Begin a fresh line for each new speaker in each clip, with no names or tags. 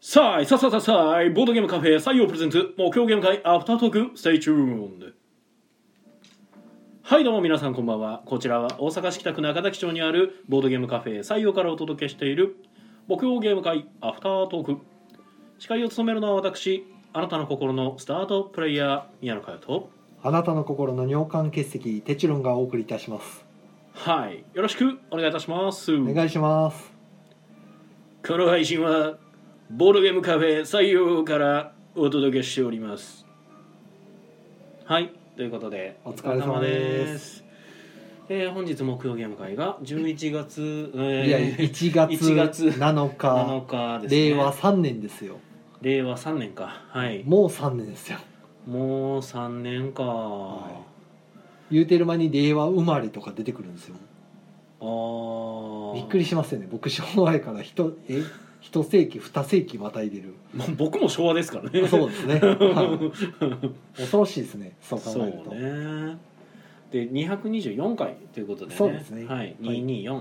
さあいさあさあさあさあいボードゲームカフェ採用プレゼンツ目標ゲーム会アフタートークステイチューンはいどうも皆さんこんばんはこちらは大阪市北区中崎町にあるボードゲームカフェ採用からお届けしている目標ゲーム会アフタートーク司会を務めるのは私あなたの心のスタートプレイヤー宮野佳代と
あなたの心の尿管結石テチロンがお送りいたします
はいよろしくお願いいたします
お願いします
この配信はボードゲームカフェ採用からお届けしておりますはいということで
お疲れ様です
すえー本日木曜ゲーム会が11月、えー
いや1月
1月
7日
7日です、ね、
令和3年ですよ
令和3年かはい
もう3年ですよ
もう3年か、
は言うてる間に令和生まれとか出てくるんですよ
あー
びっくりしますよね僕昭和やから一え一世紀二世紀またいでる
まあ僕も昭和ですからね
そうですね、 はい恐ろしいですねそう考
そう
えると、
ねで224回ということでね
そうですね
はい、224、ま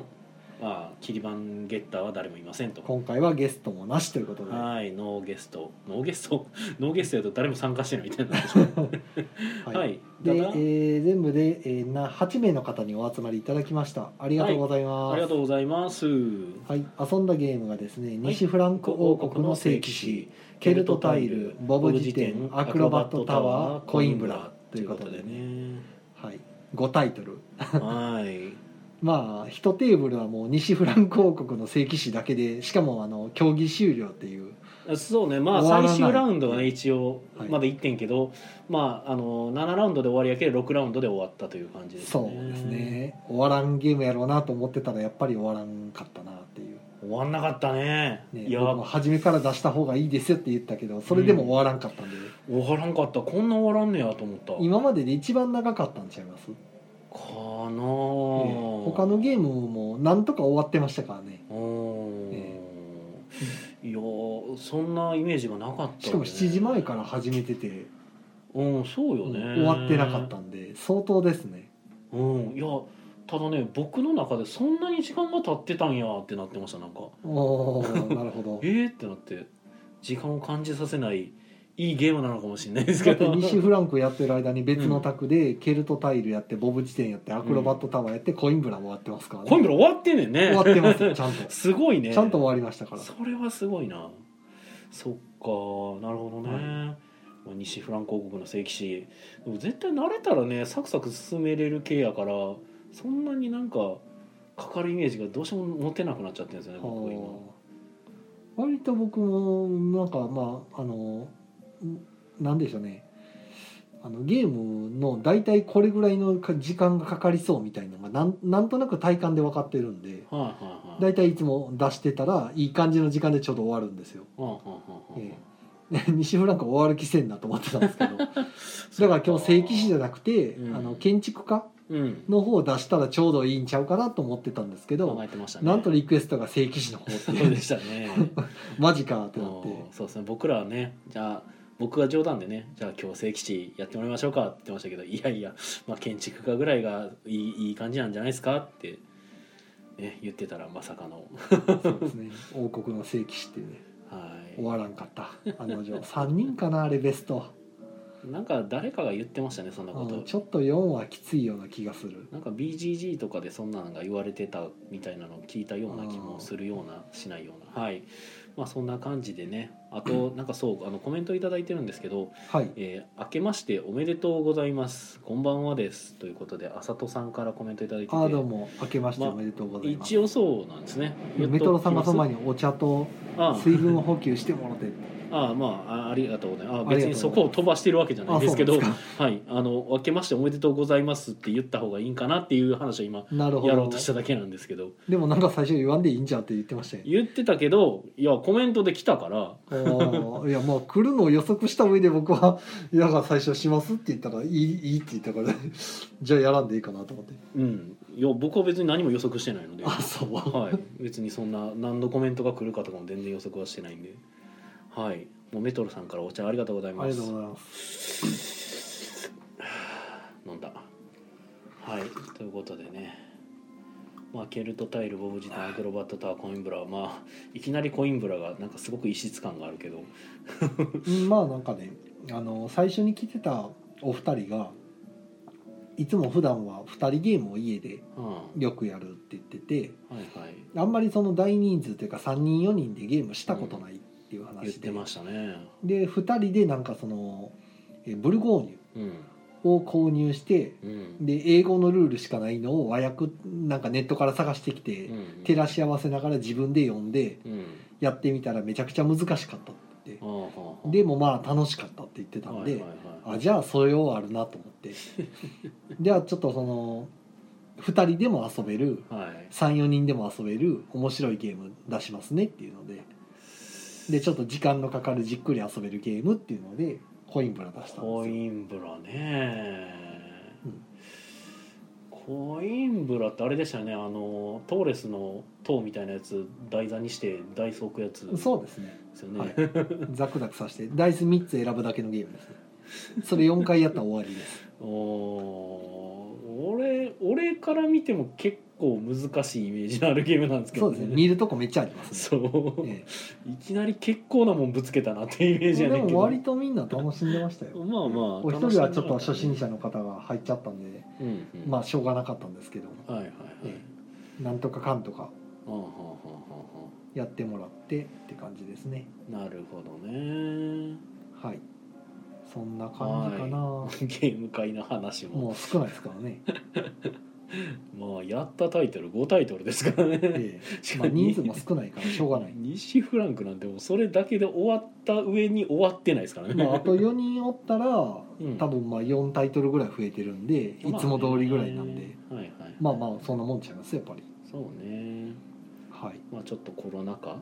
あ切り板ゲッターは誰もいませんと
今回はゲストもなしということでは
はいノーゲストノーゲスト ノーゲストやと誰も参加してないみたいになってしまうはい、
で、え
だな
ー全部で、えーな8名の方にお集まりいただきましたありがとうございます、
ありがとうございます
はい、遊んだゲームがですね西フランク王国の聖騎士ケルトタイルボブ辞典アクロバットタワーコインブラということでね、
ね
はい、5タイトル
はい
まあ1テーブルはもう西フランク王国の聖騎士だけでしかもあの競技終了っていう
そうねまあ
終わらな
最
い
終ラウンドはね一応
はい
まだ1点けど、まああの7ラウンドで終わりやけど6ラウンドで終わったという感じですね
そうですね終わらんゲームやろうなと思ってたらやっぱり終わらんかったなっていう、
終わんなかったね
ね、
いや
僕も初めから出した方がいいですよって言ったけどそれでも終わらんかったんで、
終わらんかったこんな終わらんねやと思った
今までで一番長かったんちゃいます
かな
ええ
あ
他のゲームもなんとか終わってましたからね
うーん
え
いやーそんなイメージがなかった、ね、
しかも7時前から始めてて、
うんそうよね、
終わってなかったんで相当ですね
うんいやただね僕の中でそんなに時間が経ってたんやってなってましたなんか
おおなるほど
えー、ってなって時間を感じさせないいいゲームなのかもしれないです
だ
け
って
ど
西フランクやってる間に別の卓でケルトタイルやってボブ地点やってアクロバットタワーやってコインブラも終わってますからね、
コインブラ終わってんねんね
終わっ てますよちゃんと
すごいね
ちゃんと終わりましたから
それはすごいなそっかなるほどね、
はい
まあ西フランク王国の聖騎士でも絶対慣れたらねサクサク進めれる系やからそんなになんかかかるイメージがどうしても持てなくなっちゃってるんですよね僕は今
はあ割と僕もなんかまああのんなんでしょうねあのゲームの大体これぐらいのか時間がかかりそうみたいなのがなんなんとなく体感で分かってるんで
はいはいはい
大体いつも出してたらいい感じの時間でちょうど終わるんですよ
はいはいはいはい
え で西フランクは終わる気せんなと思ってたんです けどだから今日正規士じゃなくて、
うん
あの建築家
うん
の方を出したらちょうどいいんちゃうかなと思ってたんですけど、
考えてましたね
なんとリクエストが正規士の方って
そう
いう
でしたね
マジかってなっ
も
て
うそうですね僕らはねじゃあ僕が冗談でねじゃあ今日聖騎士やってもらいましょうかって言ってましたけどいやいや、まあ、建築家ぐらいがいいいい感じなんじゃないですかって、ね、言ってたらまさかの
そうですね王国の聖騎士っていうね終
は
わらんかったあ の女3人かなあれベスト、
いなんか誰かが言ってましたねそんなこ
うん
と
ちょっと4はきついような気がする
なんか BGG とかでそんなのが言われてたみたいなのを聞いたような気もするようなしないようなはいまあそんな感じでねあ となんかそうあのコメント頂いただいてるんですけど
はい
えー、明けましておめでとうございますこんばんはですということであさとさんからコメントいただいてて
あーどうも明けましておめでとうございます、
一応そうなんですね
メトロさんがその前
に
にお茶と
あ
水分補給してもらって
ああまああありがとうございますあ
ありが
別
とう
に
ございます
そこを飛ばしてるわけじゃない
あ
ですけ
そ
ど
うなんで
はいあの明けましておめでとうございますって言った方がいいんかなっていう話を今
なるほ
やろう
ど
としただけなんですけど
でもなんか最初言わんでいいんじゃんって言って ましたよ
言ってたけどいやコメントで来たから
あーいやもう来るのを予測した上で僕は 「いやが最初します」って言ったから「いいいい」って言ったから じゃあやらんでいいかなと思って
うんいや僕は別に何も予測してないので
あそう
はい、別にそんな何のコメントが来るかとかも全然予測はしてないんで、はい、もうメトロさんからお茶ありがとうござい
あ
ま
り
す。
がとうございます
飲んだ。はい、ということでね、まあ、ケルトタイルボブジタンアクロバットタワーコインブラはまあいきなりコインブラがなんかすごく異質感があるけど
うんまあなんかねあの最初に来てたお二人がいつも普段は2人ゲームを家で
うんは
よくやるって言ってて
いはい
あんまりその大人数というか3人4人でゲームしたことないっていう
言っ
話で、
てましたね
で2人でなんかそのえブルゴーニ
うん
ュを購入して
うん
で英語のルールしかないのを和訳なんかネットから探してきて、
うん
照らし合わせながら自分で読んで
うん
やってみたらめちゃくちゃ難しかったって言って
ああはあはあ
でもまあ楽しかったって言ってたんで、
はいはいはい
あじゃあそれをあるなと思って じゃあちょっとその2人でも遊べる
はい
34人でも遊べる面白いゲーム出しますねっていうのででちょっと時間のかかるじっくり遊べるゲームっていうのでコインブラ出したん
コ
ですよ
インブラね、
うん
コインブラってあれでしたよねあのトーレスの塔みたいなやつ台座にして台座置くやつですよ
そうですね
ね、
はいザクザクさしてダイス3つ選ぶだけのゲームですねそれ4回やったら終わりです
おー俺俺から見ても結構難しいイメージのあるゲームなんですけ
そ
ど
うですね見るとこめっちゃありますね
そう
え
いきなり結構なもんぶつけたなっていうイメ
え
ージや
で
ねんけど
も割とみんな楽しんでましたよ
まあまあ
お一人はちょっと初心、者の方が入っちゃったんで
うんうん
まあしょうがなかったんですけど
はいはいはい、
えなんとかかんとか
はあはあはあはあは
やってもらってって感じですね
あなるほどね
はいそんな感じかな、
ゲーム会の話も
もう少ないですか らね、
まあやったタイトル5タイトルですからね、
え
し
え
か
まあ、
も
人数も少ないからしょうがない
西フランクなんてもうそれだけで終わった上に終わってないですからね、
まああと4人おったら多
うん
分まあ4タイトルぐらい増えてるんでいつも通りぐらいなんで、
まあねはいはい、
まあまあそんなもんちゃいますやっぱり
そうね
はい
まあちょっとコロナ禍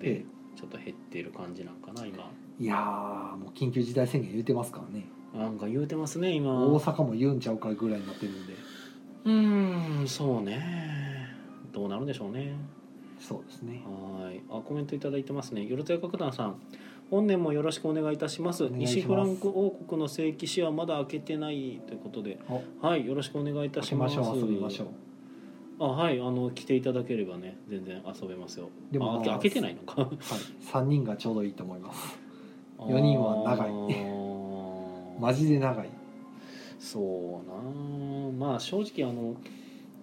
え
で
え
ちょっと減ってる感じなんかな今
いやーもう緊急事態宣言言うてますからね
なんか言うてますね今
大阪も言うんちゃうかぐらいになってるんで
うーんそうねどうなるんでしょうね
そうですね
はい、あ、コメントいただいてますね。よろずや楽団さん。本年もよろしくお願いいたします。
お願いします
西フランク王国の聖騎士はまだ開けてないということで。
お
はい、よろしくお願いいた
行
し
きま
ま
し
す。
ょう遊びましょう
あ、はい、あの、来ていただければね、全然遊べますよ。
でも
あ
ま
開
あ
け開けてないのか。
はい3人がちょうどいいと思います 四人は長い
い
マジで長い
そうなあまあ正直あの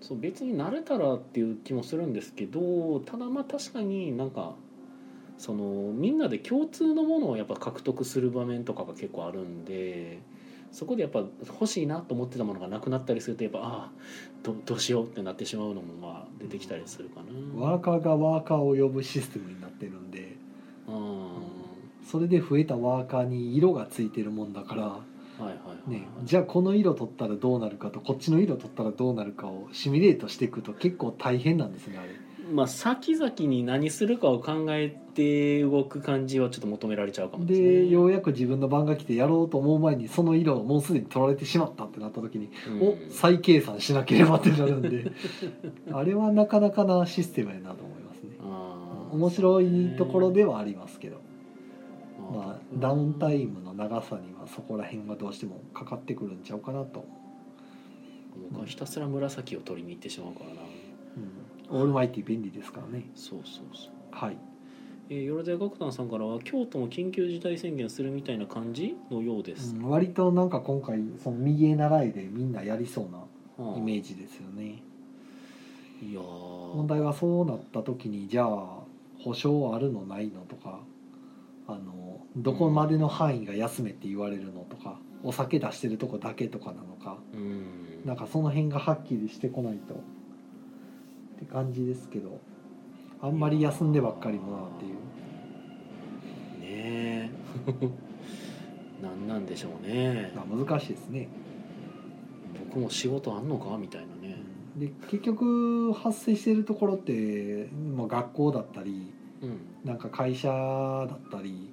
そう別に慣れたらっていう気もするんですけどただまあ確かになんかそのみんなで共通のものをやっぱ獲得する場面とかが結構あるんでそこでやっぱ欲しいなと思ってたものがなくなったりするとやっぱああどどうしようってなってしまうのもまあ出てきたりするかな。
ワーカーがワーカーを呼ぶシステムになってるんで
うん
それで増えたワーカーに色がついてるもんだから、
はいはいはい
ね、じゃあこの色取ったらどうなるかとこっちの色取ったらどうなるかをシミュレートしていくと結構大変なんですねあれ
まあ先々に何するかを考えて動く感じはちょっと求められちゃうかもすね
でようやく自分の番が来てやろうと思う前にその色をもうすでに取られてしまったってなった時に、
うん
お再計算しなければってなるんで あれはなかなかなシステムやなと思いますね
あー
面白いところではありますけど、
そうね
まあ、ダウンタイムの長さにはそこら辺がどうしてもかかってくるんちゃうかなと、
僕はひたすら紫を取りに行ってしまうからな
うん、オールマイティ便利ですからね
そうそうそう
はい
えー、よろずや楽団さんからは京都も緊急事態宣言するみたいな感じのようです、
うん割となんか今回その右へ習いでみんなやりそうな
はあ
イメージですよね
いやー
問題はそうなった時にじゃあ保証あるのないのとかあのどこまでの範囲が休めって言われるのとかお酒出してるとこだけとかなのか
うん
なんかその辺がはっきりしてこないとって感じですけどあんまり休んでばっかりもなっていう
ねえ なんなんでしょうね
まあ難しいですね
僕も仕事あんのかみたいなね
で結局発生してるところってもう学校だったり
うん
なんか会社だったり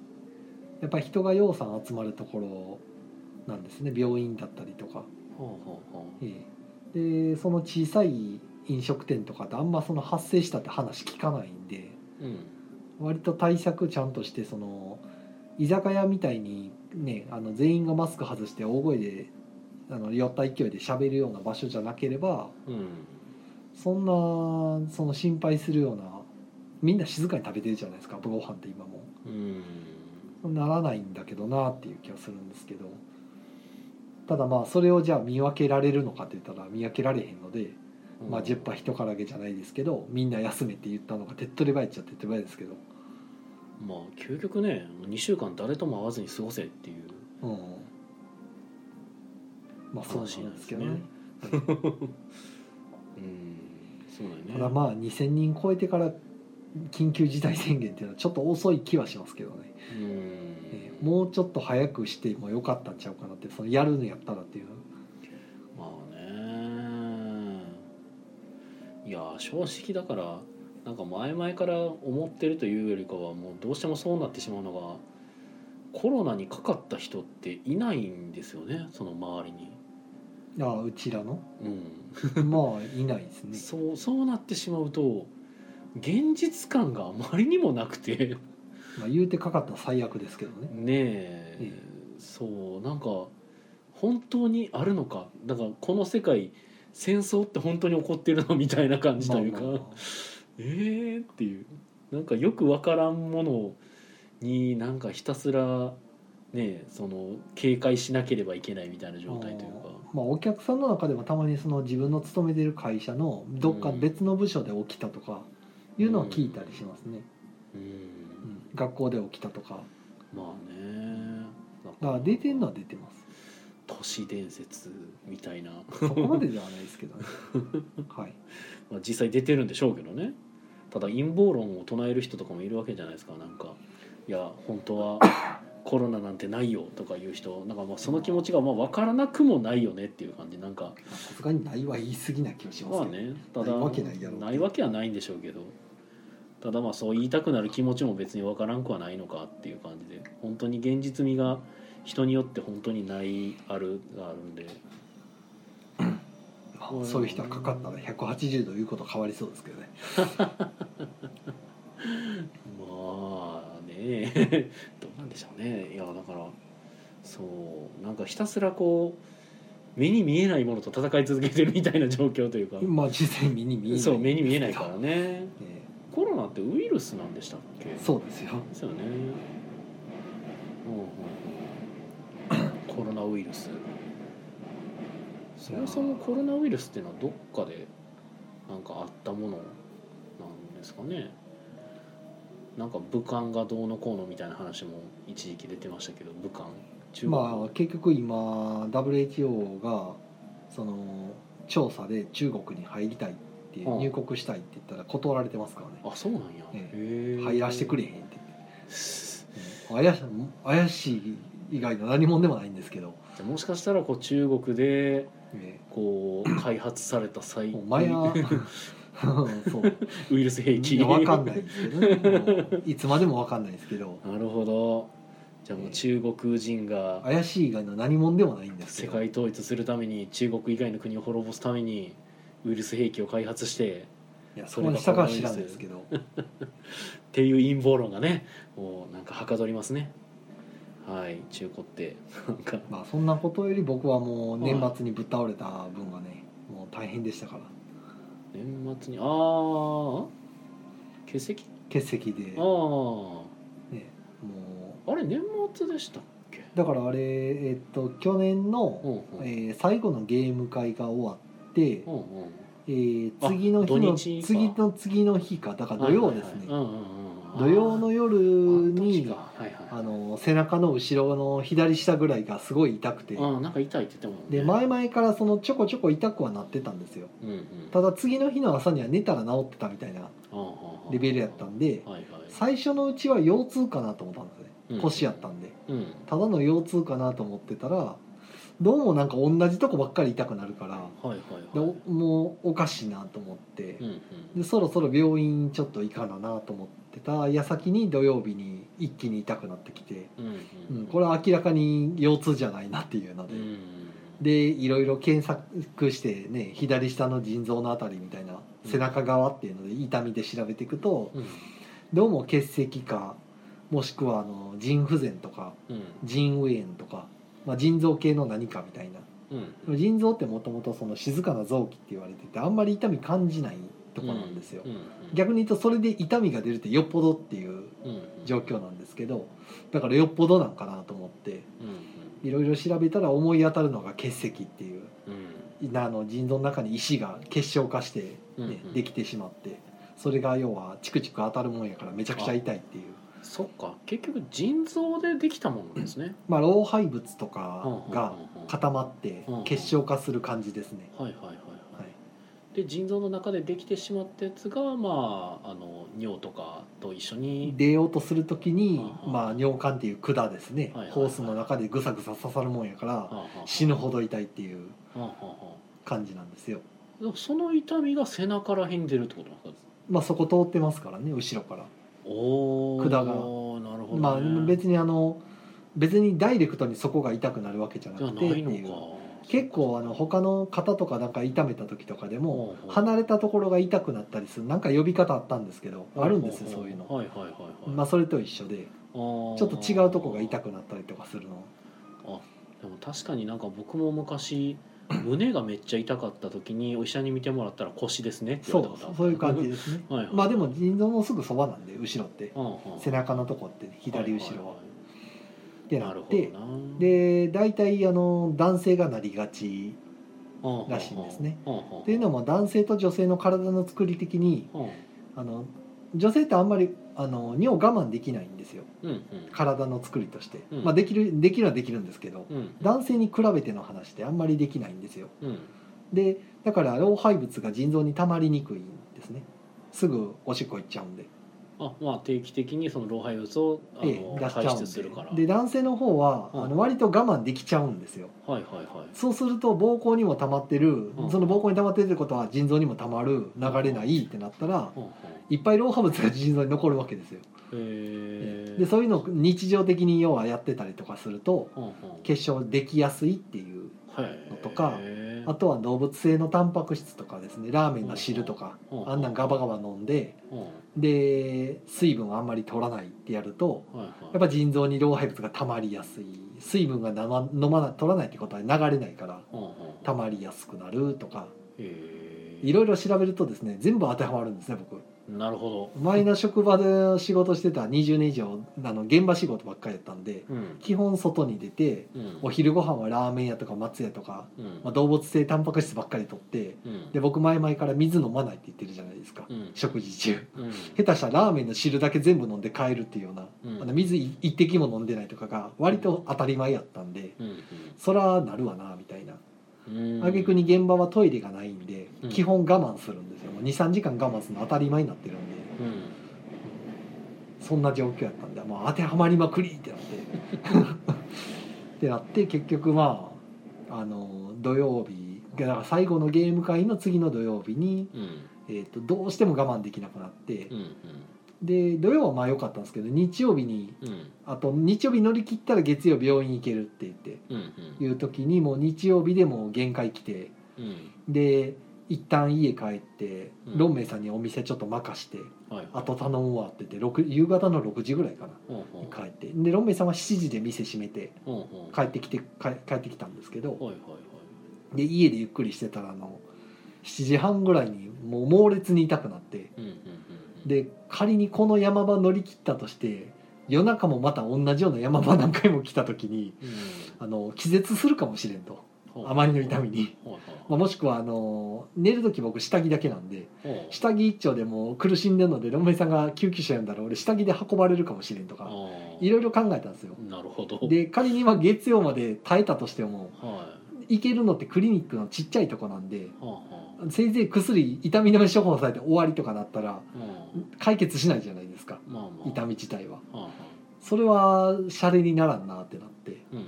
やっぱり人が要さん集まるところなんですね病院だったりとか、
はあはあはあ
ええでその小さい飲食店とかってあんまその発生したって話聞かないんで
うん
割と対策ちゃんとしてその居酒屋みたいにねあの全員がマスク外して大声であの酔った勢いで喋るような場所じゃなければ
うん
そんなその心配するようなみんな静かに食べてるじゃないですかご飯って今も
うん
ならないんだけどなっていう気がするんですけどただまあそれをじゃあ見分けられるのかって言ったら見分けられへんので、まあ、10杯一からげじゃないですけどみんな休めって言ったのが手っ取り早いっちゃ手っ取り早いですけど、
まあ究極ね2週間誰とも会わずに過ごせっていう
うん、まあそう
話な
なん
んで
ですす
け
け
どね
どね。
うんそうだよね
ただまあ2,000人超えてから緊急事態宣言っていうのはちょっと遅い気はしますけどね、
うん
えーもうちょっと早くしてもよかったんちゃうかなってそのやるのやったらっていう
まあねいや正直だからなんか前々から思ってるというよりかはもうどうしてもそうなってしまうのがコロナにかかった人っていないんですよねその周りに。
ああうち らの
うん、
まあいないですね
そうそうなってしまうと現実感があまりにもなくて
まあ、言うてかかったら最悪ですけどね、
ねえ、
え
そうなんか本当にあるのかだからこの世界戦争って本当に起こってるのみたいな感じというか、
まあまあまあ
えーっていうなんかよく分からんものになんかひたすらねその警戒しなければいけないみたいな状態というか
まあ、お客さんの中でもたまにその自分の勤めてる会社のどっか別の部署で起きたとかいうのは聞いたりしますね、
う
うん
ん
学校で起きたとか
まあね
だから出てんのは出てます
都市伝説みたいな、
そこまでではないですけど ねはい
まあ、実際出てるんでしょうけどねただ陰謀論を唱える人とかもいるわけじゃないですかなんかいや本当 はコロナなんてないよとかいう人なんかまあその気持ちがまあ分からなくもないよねっていう感じなんか
まあさすがにないは言い過ぎな気がしま
ま
す
あ
けど、
ねただ
ないわけないやろ
ないわけはないんでしょうけどただまあそう言いたくなる気持ちも別にわからんくはないのかっていう感じで本当に現実味が人によって本当にないあるがあるんで
まあそういう人はかかったら180度言うこと変わりそうですけどね
まあね どうなんでしょうねいやだからそうなんかひたすらこう目に見えないものと戦い続けてるみたいな状況というか
まあ実際目に見えない
そう目に見えないからね
え
コロナってウイルスなんでしたっけ
えそうですよ
ですよね。うんうんうん、コロナウイルス。そもそもコロナウイルスっていうのはどっかでなんかあったものなんですかね。なんか武漢がどうのこうのみたいな話も一時期出てましたけど武漢中国、
まあ結局今 WHO がその調査で中国に入りたいって
うん
入国したいって言ったら断られてますからね
あそうなんや、
え
へえ
入らしてくれへんって言って怪し怪しい以外の何もんでもないんですけど、
じゃあもしかしたらこう中国で
え
こう開発された
え
際
もう前は そう
ウイルス兵器
いやわかんないですけどねもういつまでもわかんないですけど
なるほどじゃあもう中国人が
怪しい以外の何もんでもないんですけ
世
ど
界統一するために中国以外の国を滅ぼすためにウイルス兵器を開発して
いやそこにしたかは知らないですけど
っていう陰謀論がねもうなんかはかどりますねはい中古ってなんか
まあそんなことより僕はもう年末にぶっ倒れた分がねもう大変でしたから
年末にああ欠席
欠席で、ね、
あ
も
あ
う
あれ年末でしたっけ
だからあれえっと去年
うん
の、
うんうん
えー最後のゲーム会が終わって、
うん
えー
あ
次の日
土
の
日か
次の次の日かだから土曜ですね、
はいはいはいうんうんうん
土曜の夜に
あ時かはいはい
あの背中の後ろの左下ぐらいがすごい痛くて、
あなんか痛いって言ってもんね
で前々からそのちょこちょこ痛くはなってたんですよ
うんうん
ただ次の日の朝には寝たら治ってたみたいなレベルやったんで
はいはい
最初のうちは腰痛かなと思ったんですね
うん
腰やったんで
うん
ただの腰痛かなと思ってたらどうもなんか同じとこばっかり痛くなるから
はいはい
で
はい
おもうおかしいなと思って
うんうん
でそろそろ病院ちょっと行かななと思ってた矢先に土曜日に一気に痛くなってきて、
うんう
うんん、これは明らかに腰痛じゃないなっていうの
う
で。
ん
でいろいろ検索してね左下の腎臓のあたりみたいな背中側っていうので痛みで調べていくと
うん
どうも血石かもしくはあの腎不全とか
うん
腎右炎とか、まあ、腎臓系の何かみたいな
うん
でも腎臓ってもともとその静かな臓器って言われててあんまり痛み感じないとこなんですよ、
うん
逆に言うとそれで痛みが出るってよっぽどっていう
うん
状況なんですけどだからよっぽどなんかなと思って
うん
いろいろ調べたら思い当たるのが結石っていう
うん
あの腎臓の中に石が結晶化して、ね
うんうん
できてしまってそれが要はチクチク当たるもんやからめちゃくちゃ痛いっていう
そっか結局腎臓でできたものですね
まあ老廃物とかが
うんうんうん
固まって
うん
結晶化する感じですね、
はいはいはいはい、
はい
で腎臓の中でできてしまったやつがまああの尿とかと一緒に
出ようとする時に、
うんうん
まあ、尿管っていう管ですね、
はいはいはい
ホースの中でぐさぐさ刺さるもんやから
はあはあ
死ぬほど痛いっていう
はあはあは
感じなんですよ
あでもその痛みが背中らへんに出るってことなんですか
まあそこ通ってますからね後ろから、
おお
管が
なるほど、ね、
まあ別にあの別にダイレクトにそこが痛くなるわけじゃな
じゃ
く
な
てって
い
いう
のか
結構あの他の方とかなんか痛めた時とかでも
うんうん
離れたところが痛くなったりするなんか呼び方あったんですけどあるんですよそういうの、
はいはいはいはい、
まあ、それと一緒でちょっと違うとこが痛
く
くなったりとかするの
でも確かになんか僕も昔胸がめっちゃ痛かった時にお医者に見てもらったら腰ですねって
そ
言われたことあ
う
る
そういう感じですね
はいはい
まあでも腎臓のすぐそばなんで後ろって
うんうん
背中のとこって左後ろはってな
なる
っ
ほど
て
な
で大体あの男性がなりがちら
ら
しいんですね。
うんうん
っていうのも男性と女性の体の作り的に
うん
あの女性ってあんまりあの尿我慢できないんですよ
うん
体の作りとして、
うん
まあ、できるできるはできるんですけど
うんうん
男性に比べての話ってあんまりできないんですよ
うん
でだから老廃物が腎臓に溜まりにくいんですねすぐおしっこ行っちゃうんで
あまあ定期的にその老廃物をあ
ええ
の
出し
排
ちゃうん
出
です
るから
で男性の方は、
うん
あの割と我慢できちゃうんですよ
はいはいはい
そうすると膀胱にも溜まってる、
うん
その膀胱に溜まってるってことは腎臓にも溜まる流れないってなったら
うんうん
いっぱい老廃物が腎臓に残るわけですよ、
へえ
でそういうのを日常的に要はやってたりとかすると
うんうん
結晶できやすいっていう
はい
のとか
へえ
あとは動物性のタンパク質とかですねラーメンの汁とか
うんうん
あんなんガバガバ飲んで
うんは
で水分あんまり取らないってやると
いはい
やっぱ腎臓に老廃物が溜まりやすい水分がなま飲まな取らないってことは流れないから
うんうん
溜まりやすくなるとか
へえ
いろいろ調べるとですね全部当てはまるんですね僕
なるほ
前の職場で仕事してた20年以上あの現場仕事ばっかりやったんで
どうん
基本外に出て
うん
お昼ご飯はラーメン屋とか松屋とか、
うん
まあ、動物性タンパク質ばっかり取って
うん
で僕前々から水飲まないって言ってるじゃないですか、
うん
食事中
うん
下手したらラーメンの汁だけ全部飲んで帰るっていうような、
うん
あの水一滴も飲んでないとかが割と当たり前やったんで、
うん
そらなるわなみたいな
うん
挙句に現場はトイレがないんで、
うん
基本我慢するんですよ23時間我慢するの当たり前になってるんで
うん
そんな状況やったんでもう当てはまりまくりってなって ってなって結局まああの土曜日だから最後のゲーム会の次の土曜日に、
うん
えー、とどうしても我慢できなくなって、
うん
で土曜はまあ良かったんですけど日曜日に
うんうん
あと日曜日乗り切ったら月曜病院行けるって言って
うん
いう時にもう日曜日でもう限界来て
うんうん
で一旦家帰って
うん
ロンメイさんにお店ちょっと任して
はいはい
あと頼むわって言って六夕方の6時ぐらいかな
うんうん
に帰ってでロンメイさんは7時で店閉めて
うんうん
帰ってきて帰帰ってきたんですけど
はいはいはい
で家でゆっくりしてたらあの7時半ぐらいにもう猛烈に痛くなって。
うんうんうんうん
で仮にこの山場乗り切ったとして夜中もまた同じような山場何回も来た時に
うん
あの気絶するかもしれんと
はい
あまりの痛みに、
はいはい
まあ、もしくはあの寝る時僕下着だけなんで
はい
下着一丁でもう苦しんでるのでロンメイさんが救急車呼んだら俺下着で運ばれるかもしれんと
あ
か
ー
いろいろ考えたんですよ
なるほど
で仮に今月曜まで耐えたとしても
はいは
行けるのってクリニックのちっちゃいとこなんで
あは
せいぜい薬痛み止め処方されて終わりとかなったら
あうん
解決しないじゃないですか
まあまあ
痛み自体は
はいはい
それはシャレにならんなってなって
うんうんうん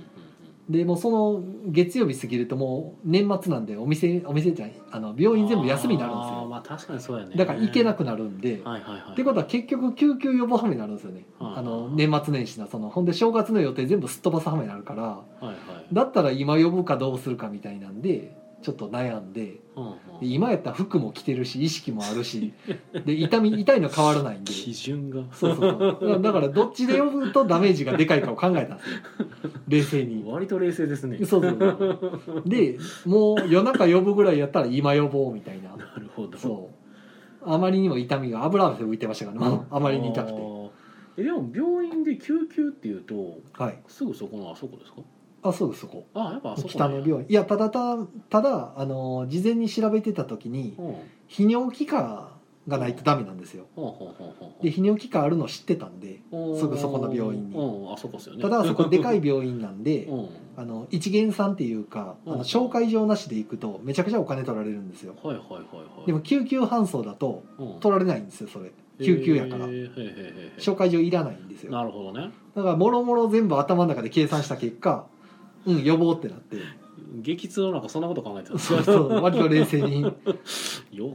でもうその月曜日過ぎるともう年末なんでお店お店じゃないあの病院全部休みになるんです
あー
よ
まあ確かにそうやね
だから行けなくなるんで、
はいはいはい
ってことは結局救急予防はめになるんですよね、
はい
あの年末年始のそのほんで正月の予定全部すっ飛ばすはめになるから
はいはい
だったら今呼ぶかどうするかみたいなんでちょっと悩んで
うんうん
で今やったら服も着てるし意識もあるしで痛み痛いの変わらないんで
基準が
そうそうそうだからだからどっちで呼ぶとダメージがでかいかを考えたんですよ冷静に
割と冷静ですね
そうそうそうでもう夜中呼ぶぐらいやったら今呼ぼうみたいな
なるほど
そうあまりにも痛みが油汗浮いてましたから、ねあまりに痛く
あ
て
ーえでも病院で救急っていうと
はい
すぐそこのあそこですか
あそうですそこ
あやっぱあそこ
北の病院いやただただただあの事前に調べてた時に
院
泌尿器科がないとダメなんですよで泌尿器科あるの知ってたんですすぐそこの病院に
うんあそこですよね
ただそこでか
い
い病院なん で
うん
あの一元さんっていうかあ
う
の
ん
紹介状なしで行くとめちゃくちゃお金取られるんですよ
はいはいはいはい
でも救急搬送だと
うん
取られないんですよそれ救急やから
へーへーへーへー
紹介状いらないんですよ
なるほどね
だからもろもろ全部頭の中で計算した結果うん予防ってなって
激痛の中そんなこと考えてたんです
そ
よ
う そう割と冷静に、
よう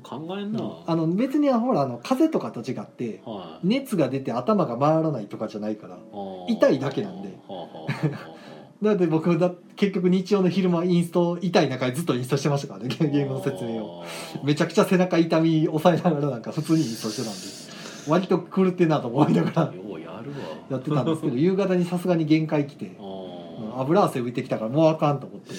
考えん
う
なん
あの別にほらあの風邪とかと違って
はい
熱が出て頭が回らないとかじゃないから
あー
痛いだけなんで
はあはあはあはあ
だって僕だ結局日曜の昼間インスト痛い中でずっとインストしてましたからね ゲゲームの説明を
を
めちゃくちゃ背中痛み抑えながらなんか普通にインストしてたんで 割と狂ってんなと思いながら
ようやる
や
わ
ってたんです けど夕方にさすがに限界来てうん
あ
油汗浮いてきたからもうあかんと思 って、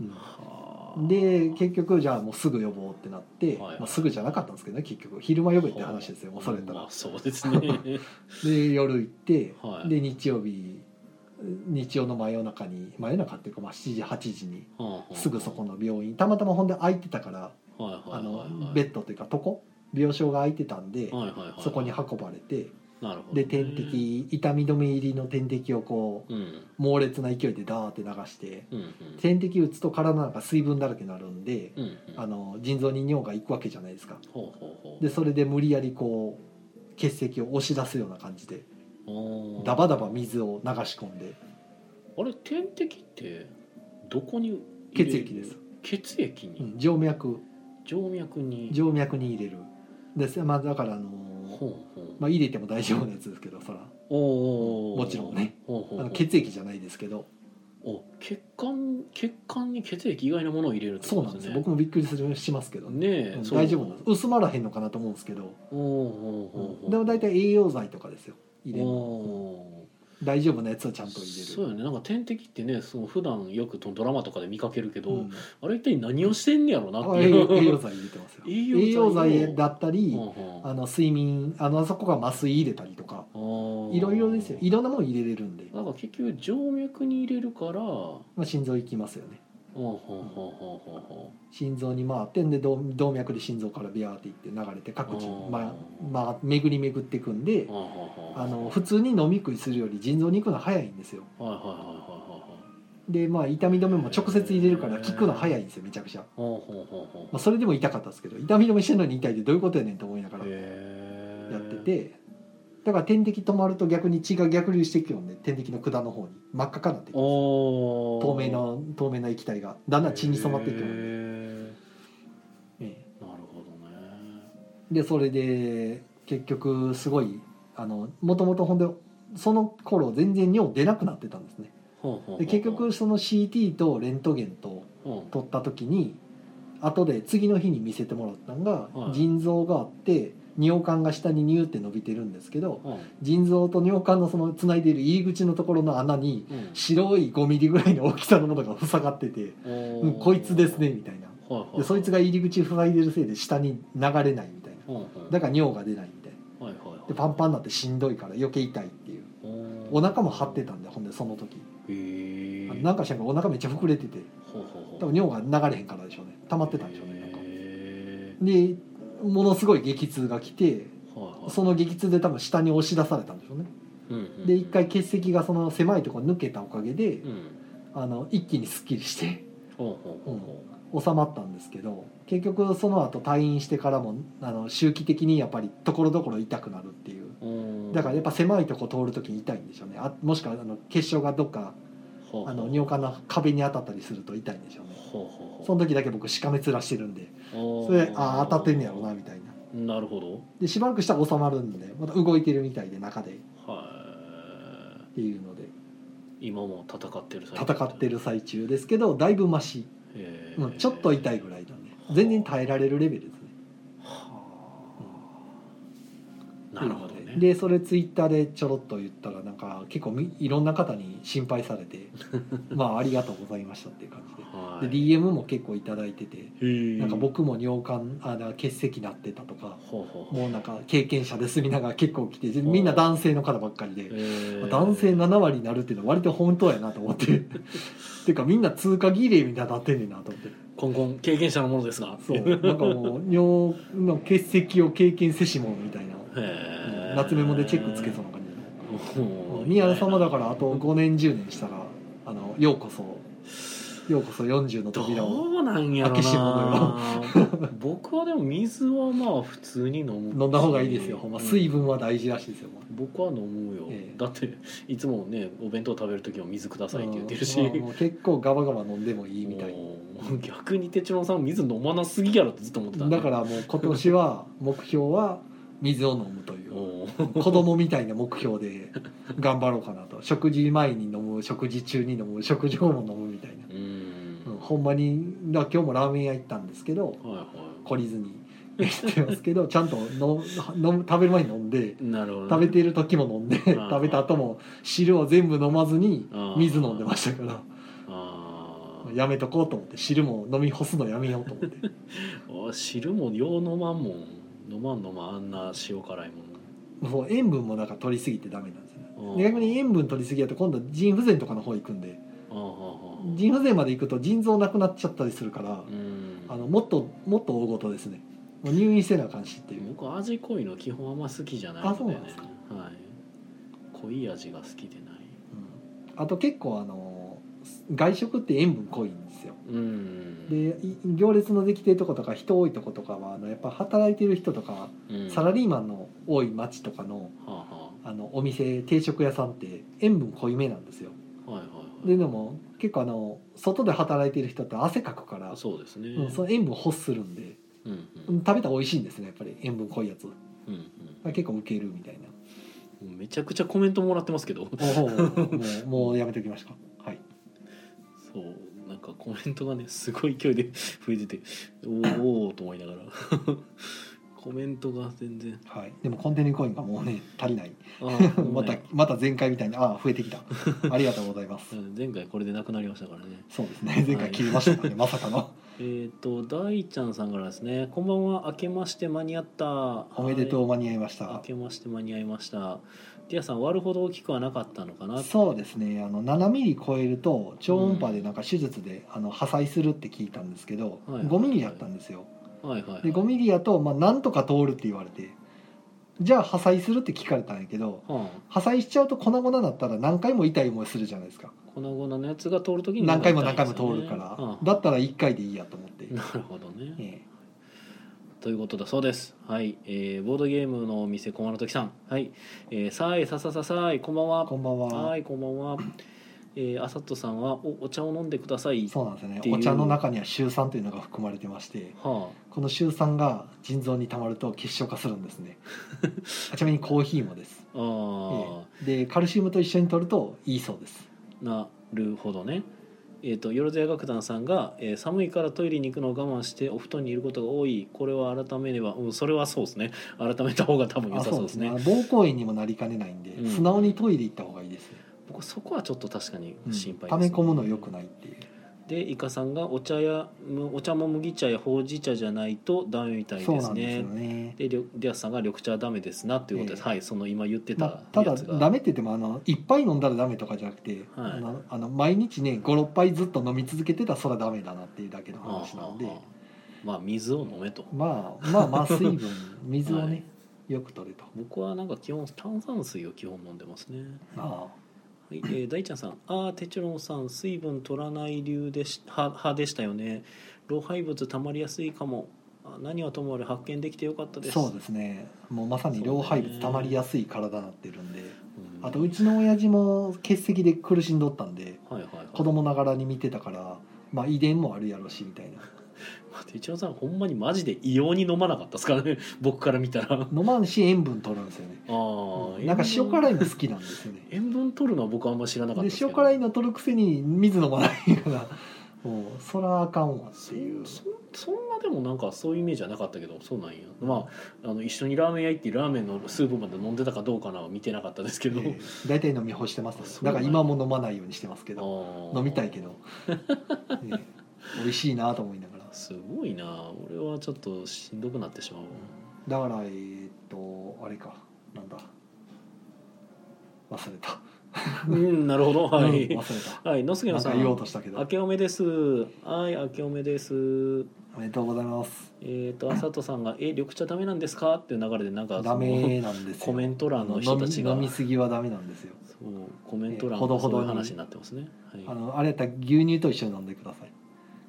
う
ー
んで結局じゃあもうすぐ呼ぼうってなって、
はい
まあ、すぐじゃなかったんですけどね結局昼間呼べって話ですよもうそれやった
ま
ら
あ、そうです ね
で夜行って、
はい
で日曜日日曜の真夜中に真夜中っていうかまあ7時8時にすぐそこの病院たまたまほんで空いてたから
の,、はい
あ
はいはいはい、
のベッドというかとこ病床が空いてたんで、
はいはいはい、
そこに運ばれて
なるほどね
で点滴痛み止め入りの点滴をこ
うん
う猛烈な勢いでダーって流して
うんうん
点滴打つと体なんか水分だらけになるんで、
うんうん
あの腎臓に尿が行くわけじゃないですか
ほうほうほう
でそれで無理やりこう血石を押し出すような感じで
おー
ダバダバ水を流し込んで
あれ点滴ってどこに入れ
血
る
液です、
血液に、
うん、静脈
静脈に
静脈に入れるですまあだからあのー
ほうほう、
まあ、入れても大丈夫なやつですけどそら
おー
もちろんね
ほうほうほう
あの血液じゃないですけど
お血管血管に血液以外のものを入れるって
そ
こ
うな
と
ん
で
ですす
ね
僕もびっくりするしますけど
ね
ね、
え、
うん
そう
大丈夫なんです薄まらへんのかなと思うんですけど、
おーおー
う
おーおー
ん、でも大体栄養剤とかですよ入れるの
お
大丈夫なやつをちゃん
そ
と入
うよねなんか点滴ってねその普段よくドラマとかで見かけるけど、
れる、うん
あれ一体何をしてんねやろなって
あ栄
い
養
う
栄養剤入れてますよ
栄養
栄養
剤を
剤だったり、
うんうん
あの睡眠あのあそこが麻酔入れたりとか
あー
いろいろですよいろんなもん入れれるんで、
なんか結局静脈に入れるから
まあ、心臓行きますよね
うんうんうんう
心臓に回ってんで動動脈で心臓からビャーっていって流れて各地に、まあまあ、巡り巡っていくんで
んうんうんうん
あの普通に飲み食いするより腎臓に行くの早いんですよ
はいはいはいはい
でまあ痛み止めも直接入れるから効くの早いんですよめちゃくちゃ、
はいはいうんうんうんうん
まあ、それでも痛かったですけど痛み止めしてんのに痛いってどういうことやねんと思いながらや
へー
っててだから点滴止まると逆に血が逆流していくよね点滴の管の方に真っ赤かなってきます
おー
透明な透明な液体がだんだん血に染まっていくよね、
へ
え
ーなるほどね
えでそれで結局すごいあのもともとほんでその頃全然尿出なくなってたんですね
ほうほうほうほう
で結局その CT とレントゲンと
うん
取った時に後で次の日に見せてもらったのが、
はい
腎臓があって尿管が下にニューって伸びてるんですけど
うん
腎臓と尿管のそのつないでいる入り口のところの穴に
うん
白い5ミリぐらいの大きさのものが塞がってて「う
うん
こいつですね」みたいな
はいはいはい
でそいつが入り口塞いでるせいで下に流れないみたいな
うんうん
だから尿が出ないみたいな
はいはいはい
でパンパンになってしんどいから余計痛いっていうお腹も張ってたんでほんでその時
へえ
なんかしらんけどお腹めっちゃ膨れてて
ほうほうほう
多分尿が流れへんからでしょうね溜まってたんでしょうねなんか
へ
でものすごい激痛が来て
ーはいはい
その激痛で多分下に押し出されたんでしょうね
うんうんうん
で一回血石がその狭いところ抜けたおかげで
うん
あの一気にすっきりして
ほうほうほうほ
収まったんですけど結局その後退院してからもあの周期的にやっぱりところどころ痛くなるっていう
ううん
だからやっぱ狭いとこ通るときに痛いんでしょうねあもしくはあの結晶がどっか
ほうほう
あの尿管の壁に当たったりすると痛いんでしょうね
ほうほうほう
その時だけ僕しかめ面してるんで
おー
それああ当たってんねやろなみたいな
なるほど
でしばらくしたら収まるんでまた動いてるみたいで中でっ
は
ていうので
い今も戦ってる最中
戦ってる最中ですけどだいぶマシ
え
うん、ちょっと痛いぐらいなんで全然耐えられるレベルですね
はあなるほどね
でそれツイッターでちょろっと言ったらなんか結構みいろんな方に心配さ れてまあありがとうございましたっていう感じで,、
はい
で DM も結構いただいてて
へー
なんか僕も尿管あだから血石なってたとか
ほうほう
もうなんか経験者ですみんなが結構来てでみんな男性の方ばっかりで
えー
男性7割になるっていうのは割と本当やなと思っ てっていうかみんな通過儀礼みたいになってんねんなと思って
コンコン経験者のものですが
そうなんかもう尿の血石を経験せし者みたいな
へー
夏メモでチェックつけそうな感じ
ほう
宮根様だからあと5年10年したらあのようこそようこそ40の
ど
扉を
うなんやろ
開け閉
な 僕はでも水はまあ普通に飲む
飲んだ方がいいですよほんま水
分
分は大事らしいですよもう
僕は飲むよ、
ええ
だっていつもねお弁当食べる時も水くださいって言ってるし、
うんまあもう結構ガバガバ飲んでもいいみたい
もう逆に哲郎さん水飲まなすぎやろってずっと思ってた
だからもう今年は目標は水を飲むという
おー
子供みたいな目標で頑張ろうかなと食事前に飲む食事中に飲む食事後も飲むみたいな
う、ん
うん、ほんまにだから今日もラーメン屋行ったんですけど
はいは
懲りずに 言ってますけどちゃんとの飲む食べる前に飲んで
いなるほど
食べてる時も飲んで
ん
食べた後も汁を全部飲まずに
うん
水飲んでましたから
あー
やめとこうと思って汁も飲み干すのやめようと 思って
あ汁もよう飲まんもん飲まん飲まんあんな塩辛いも
もう塩分もなんか取りすぎてダメなんですよ
うん
ねで逆に塩分取りすぎやと今度腎不全とかの方行くんで
のあー
腎不全まで行くと腎臓なくなっちゃったりするから
あーあーうん
あのもっともっと大ごとですねもう入院せなあかんしっていう
僕味濃いの基本あんま好きじゃない
あそうなんですか
はい、濃い味が好きでない
うんあと結構あの外食って塩分濃いんですよ
うん
でい行列のできてるとことか人多いとことかはあのやっぱ働いてる人とか
うん
サラリーマンの多い町とかの
はあは
あのお店定食屋さんって塩分濃いめなんですよ
あはいはい
で
はい
でも結構あの外で働いてる人って汗かくから、う
そうですね、
ん、その塩分を欲するんで、
うんう
うん
ん
食べたら美味しいんですねやっぱり塩分濃いやつ
うんうん
結構ウケるみたいな
もうめちゃくちゃコメントもらってますけど
おー もうもうやめておきましたかはい
そうなんかコメントがねすごい勢いで 増えてておーおーと思いながら コメントが全然
はいでもコンテナコインがもうね足りない
あ ー
またまた前回みたいにああ増えて きたありがとうございます
うん前回これでなくなりましたからね
そうですね 前回切りましたからねまさ かの
えっ、と大ちゃんさんからですねこんばんは明けまして間に合った
おめでとう間に合いまし
はい明
た
けまして間に合いましたティアさん割るほど大きくはなかったのかな
そうですねあの7ミリ超えると超音波でなんか手術であの破砕するって聞いたんですけど
はいはいはい
5ミリやったんですよ
はいはい、はい、
で5ミリやとまあなんとか通るって言われてじゃあ破砕するって聞かれたんやけど
は
破砕しちゃうと粉々になったら何回も痛い思いするじゃないですか
あ、粉々のやつが通るときに
何回も
痛い
何
んで
回
すよ
も
ね
通るから
はあ
だったら1回でいいやと思って、
なるほどね、
え
ということだそうです。はい、えー、ボードゲームのお店駒の時さん。はい、えー、さいささささいこんばん
え
は。
こんばんは
はいこんばんは。えー、あさとさんはおお茶を飲んでください。
そうなんですよね
っていう
お茶の中にはシュウ酸というのが含まれてまして
は
このシュウ酸が腎臓にたまると結晶化するんで すねあちなみにコーヒーもです
あ、あ
でカルシウムと一緒に摂るといいそうです
あ、なるほどね。えー、とよろずや楽団さんが、えー寒いからトイレに行くのを我慢してお布団にいることが多いこれは改めれば、うん、それはそうですね改めた方が多分良さそうですね
あ膀胱炎にもなりかねないんで、
うん
素直にトイレ行った方がいいですね、
僕そこはちょっと確かに
うん
心配
溜め
ですね
込むの良くないっていう
でイカさんがお茶やむお茶も麦茶やほうじ茶じゃないとダメみたい
そう
で
な
す
んです
ね
よね
でりょディアスさんが緑茶はダメですなということです、
ええ
はいその今言って
ま
た
あ、ただ
やつが、
ダメって言ってもあの一杯飲んだらダメとかじゃなくて、
はい
あのあの毎日ね56杯ずっと飲み続けてたらそらダメだなっていうだけの
はあは
話なんで
あはあまあ水を飲めと
まあまあま あ水分水をね、
はい
よく取れと
僕はなんか基本炭酸水を基本飲んでますね
あ
はい、えー、大ちゃんさん、ああ、てちろんさん、水分取らない流でし、は、派でしたよね。老廃物溜まりやすいかも。あ何はともあれ発見できてよかったです。
そうですねもうまさに老廃物溜まりやすい体になってるんで、
うん
あとうちの親父も欠席で苦しんどったんで
はいはいはい。
子供ながらに見てたからまあ遺伝もあるやろうしみたいな
手帳さんほんまにマジで異様に飲まなかったですからね 僕から見たらあ
飲まんし塩分取るんですよね
あ
なんか塩辛
い
いの好きな んですよね
塩分取るのは僕はあんま知らなかった
で
ですけ
塩
ど
辛いの取るくせに水飲まないようなもうそらあかんわって
そ
いう
そそんなでもなんかそういうイメージはなかったけどそうなんやまああの一緒にラーメン屋行ってラーメンのスープまで飲んでたかどうかなは見てなかったですけど、
ええ大体飲み干してますね
そうな
だ
ん
か
や
ら今も飲まないようにしてますけど
あー
飲みたい けど、ええ美味しいなと思いながら
すごいな俺はちょっとしんどくなってし まうわ
だからえーっとあれかなんだ忘れた、
うんなるほどは
う
い
ん、忘れ
はい野杉
た
野さ
なんか
ん
言おうとしたけど
明けおめですはい明けおめです
おめでとうございます
えっ、とあさとさんが「え緑茶ダメなんですか?」っていう流れでなんかその
ダメなんですよ
コメント欄の人たちが
飲み飲みすぎはダメなんですよ
そうコメント欄
えほど
がそ
ほ
うい
ど
う
に
話になってますね、はい、
あのあれやったら牛乳と一緒に飲んでください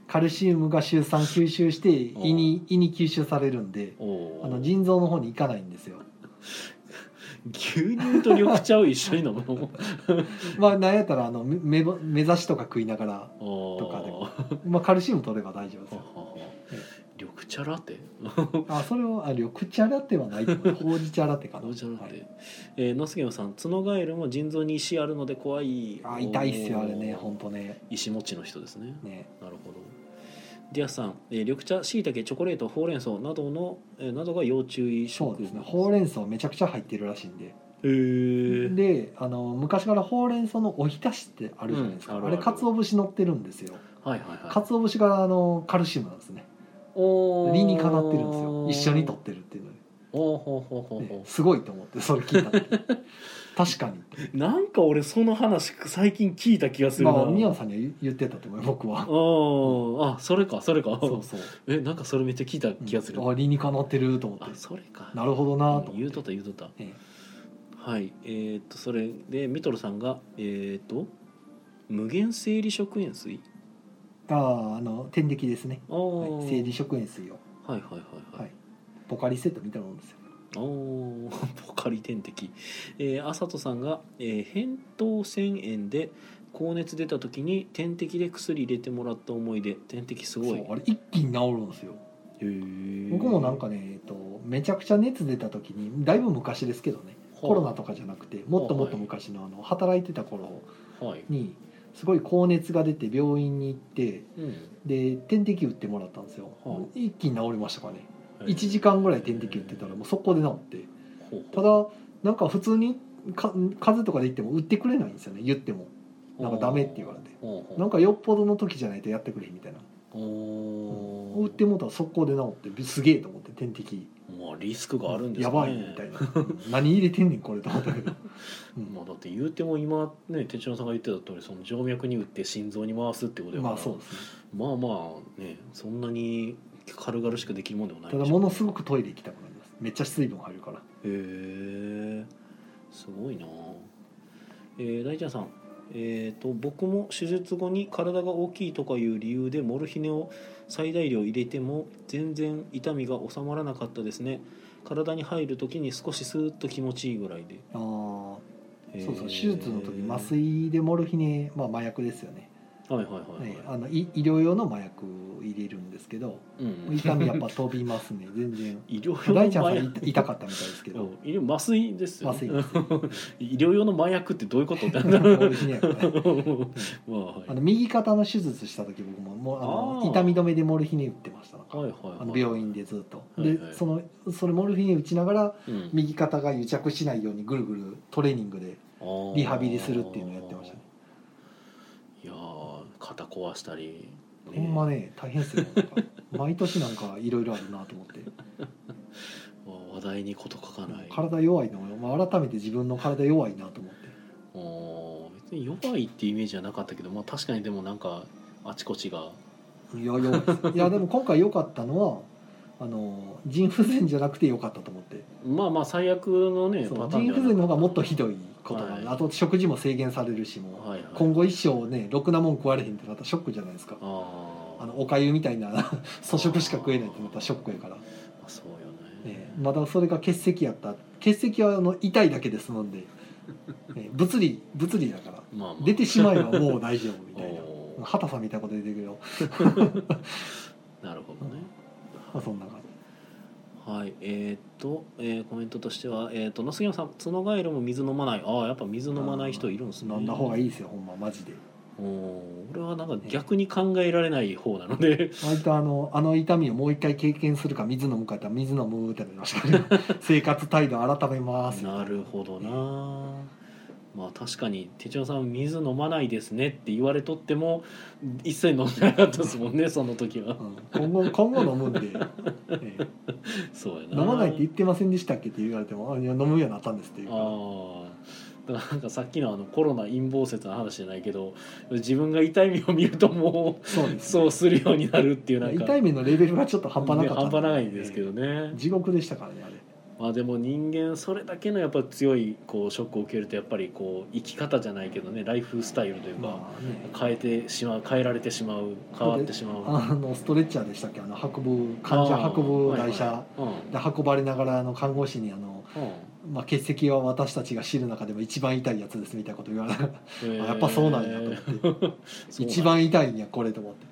カルシウムが周酸吸収して胃に胃に吸収されるんで
おー
あの腎臓の方に行かないんですよ
牛乳と緑茶を一緒に飲む の
まあなんやったらあのめめぼ目指しとか食いながら、
おー
とかでもまあ、カルシウム取れば大丈夫です
は
よ
はは
え
緑茶ラテ
あそれをあ緑茶ラテはないと思う ほうじ茶ラテかな
緑茶ラテ、
はい
えー、ノスゲンさん角ガエルも腎臓に石あるので怖い
あ痛いっすよ
おー
あれね本当ね
石持ちの人ですね
ね
なるほどディアスさん、えー緑茶しいたけチョコレートほうれん草などの、えーなどが要注意食
そうですねほうれん草めちゃくちゃ入ってるらしいんで
へー
であの昔からほうれん草のおひたしってあるじゃないですか、
うんあ
あ
るある
れ鰹節乗ってるんですよ
はいはいはい
鰹節があのカルシウムなんですね
おー
理にかなってるんですよ一緒に取ってるっていうので
おーほうほうほう
ね
ほ
すごいと思ってそれ聞いた時 確かに
うなんか俺その話最近聞いた気がするな、
まあ宮野さんには言言ってたと思うよ僕は
おーあそれかそれか
そうそう
えなんかそれめっちゃ聞いた気がする、
うんあ理にかなってると思って
あそれか
なるほどなと
言
思
う
って
とった言うとった
え
はいえーっとそれでミトルさんがえーっと無限生理食塩水
えあああの点滴ですね、
ああ、
はい、生理食塩水を
はいはいはいはい、
はいポカリセットみたいなもんですよ
おおー ポカリ点滴えーあさとさんが、えー扁桃腺炎で高熱出た時に点滴で薬入れてもらった思い出点滴すごい
そうあれ一気に治るんですよ僕
僕
もなんかね、えっと、めちゃくちゃ熱出た時にだいぶ昔ですけどねコロナとかじゃなくてもっともっと昔のあの働いてた頃
はい、
にすごい高熱が出て病院に行って
うん
で点滴打ってもらったんですよ、
は
一気に治りましたかね1時間ぐらい点滴打ってたらもう速攻で治って
ほうほう
ただなんか普通にか風邪とかで言っても打ってくれないんですよね言ってもなんかダメって言われて
ほうほう
なんかよっぽどの時じゃないとやってくれへんみたいな
お
打ってもうたら速攻で治ってすげえと思って点滴
まあリスクがあるんです
やばいみたい な何入れてんねんこれと思ったけど、うん
まあだって言うても今ね哲郎さんが言ってた通りその静脈に打って心臓に回すってことやから
まあそうですね
まあまあねそんなに軽々しくできるもんでもない
た
でしょ
だものすごくトイレ行きたくなりますめっちゃ水分入るから
へえすごいなえー大ちゃんさんえー、と僕も手術後に体が大きいとかいう理由でモルヒネを最大量入れても全然痛みが収まらなかったですね体に入る時に少しスーッと気持ちいいぐらいで
あーそうそう
えー
手術の時麻酔でモルヒネ、まあ、麻薬ですよね、
はいはいはい
ね
はい、
あのい医療用の麻薬を入れるんですけど
うん、
痛みやっぱ飛びますね全 然
医療用の
大ちゃんさ
麻
ん
薬
痛痛かったみたいです け
う
ど
ん医療麻酔ですよ
麻
ね
酔です
医療用の麻薬ってどういうことって ま
モルヒネやからね
あ
あ
はい
の右肩の手術した時僕ももうあの
あー
痛み止めでモルヒネ打ってましたなんか
はいはいはい
あの病院でずっと、
はいはい
でそのそれモルフィン打ちながら
うん
右肩が癒着しないようにぐるぐるトレーニングでリハビリするっていうのをやってましたね
いやー肩壊したり、
ほんまね大変っすよなんか毎年なんかいろいろあるなと思って
話題に事欠かない
体弱いのを、まあ、改めて自分の体弱いなと思って
おー別に弱いってイメージはなかったけど、まあ、確かにでもなんかあちこちが
いや弱いです いやでも今回良かったのはあの腎不全じゃなくて良かったと思って
まあまあ最悪のね
そう
パターンで
腎
は
不
な
全の方がもっとひどいことがある、
はい
あと食事も制限されるしもう、
はいはい
今後一生ねろくなもん食われへんってなったらショックじゃないですか
あー
あのおかゆみたいな 粗食しか食えないってなったらショックやから、ね
まあそうよね
え、まだそれが欠席やった欠席はあの痛いだけですので、ねえ、物理物理だから
まあまあ
出てしまえばもう大丈夫みたいな
おー
畑さんみたいなこと出てくるよ、
なるほどね、
まあ、そんな感じ
はいえーっと、えーコメントとしては「えー、っと野杉野さん角ガエルも水飲まない」ああやっぱ水飲まない人いるんですね
飲んだ方がいいですよほんまマジで
うん俺はなんか逆に考えられない方なので
割とあのあの痛みをもう一回経験するか水飲むかって言ったら水飲むってなりましたね生活態度改め ます
なるほどなまあ確かに手帳さん水飲まないですねって言われとっても一切飲んでなかったですも んねその時は
うん今後今後飲むんで、ええ
そうやな
飲まないって言ってませんでしたっけって言われてもあいや飲むようになったんですっていうか
ああだからなんかさっきのあのコロナ陰謀説の話じゃないけど自分が痛い目を見るとも
そう
う
ですね、
そうするようになるっていうなんか
痛い目のレベルがちょっと半端なかった
ね半端ないんですけどね
地獄でしたからねあれ
まあでも人間それだけのやっぱ強いこうショックを受けるとやっぱりこう生き方じゃないけどねライフスタイルというか
まあね
変えてしまう変えられてしまう変わってしまう
あのストレッチャーでしたっけあの運ぶ患者運ぶ台車、
あーはいはい
で運ばれながらあの看護師にあの、
うんうん
まあ、血石は私たちが知る中でも一番痛いやつですみたいなこと言われながら、
へー
あやっぱそうなんやと思って、
そうなんや
一番痛いんやこれと思って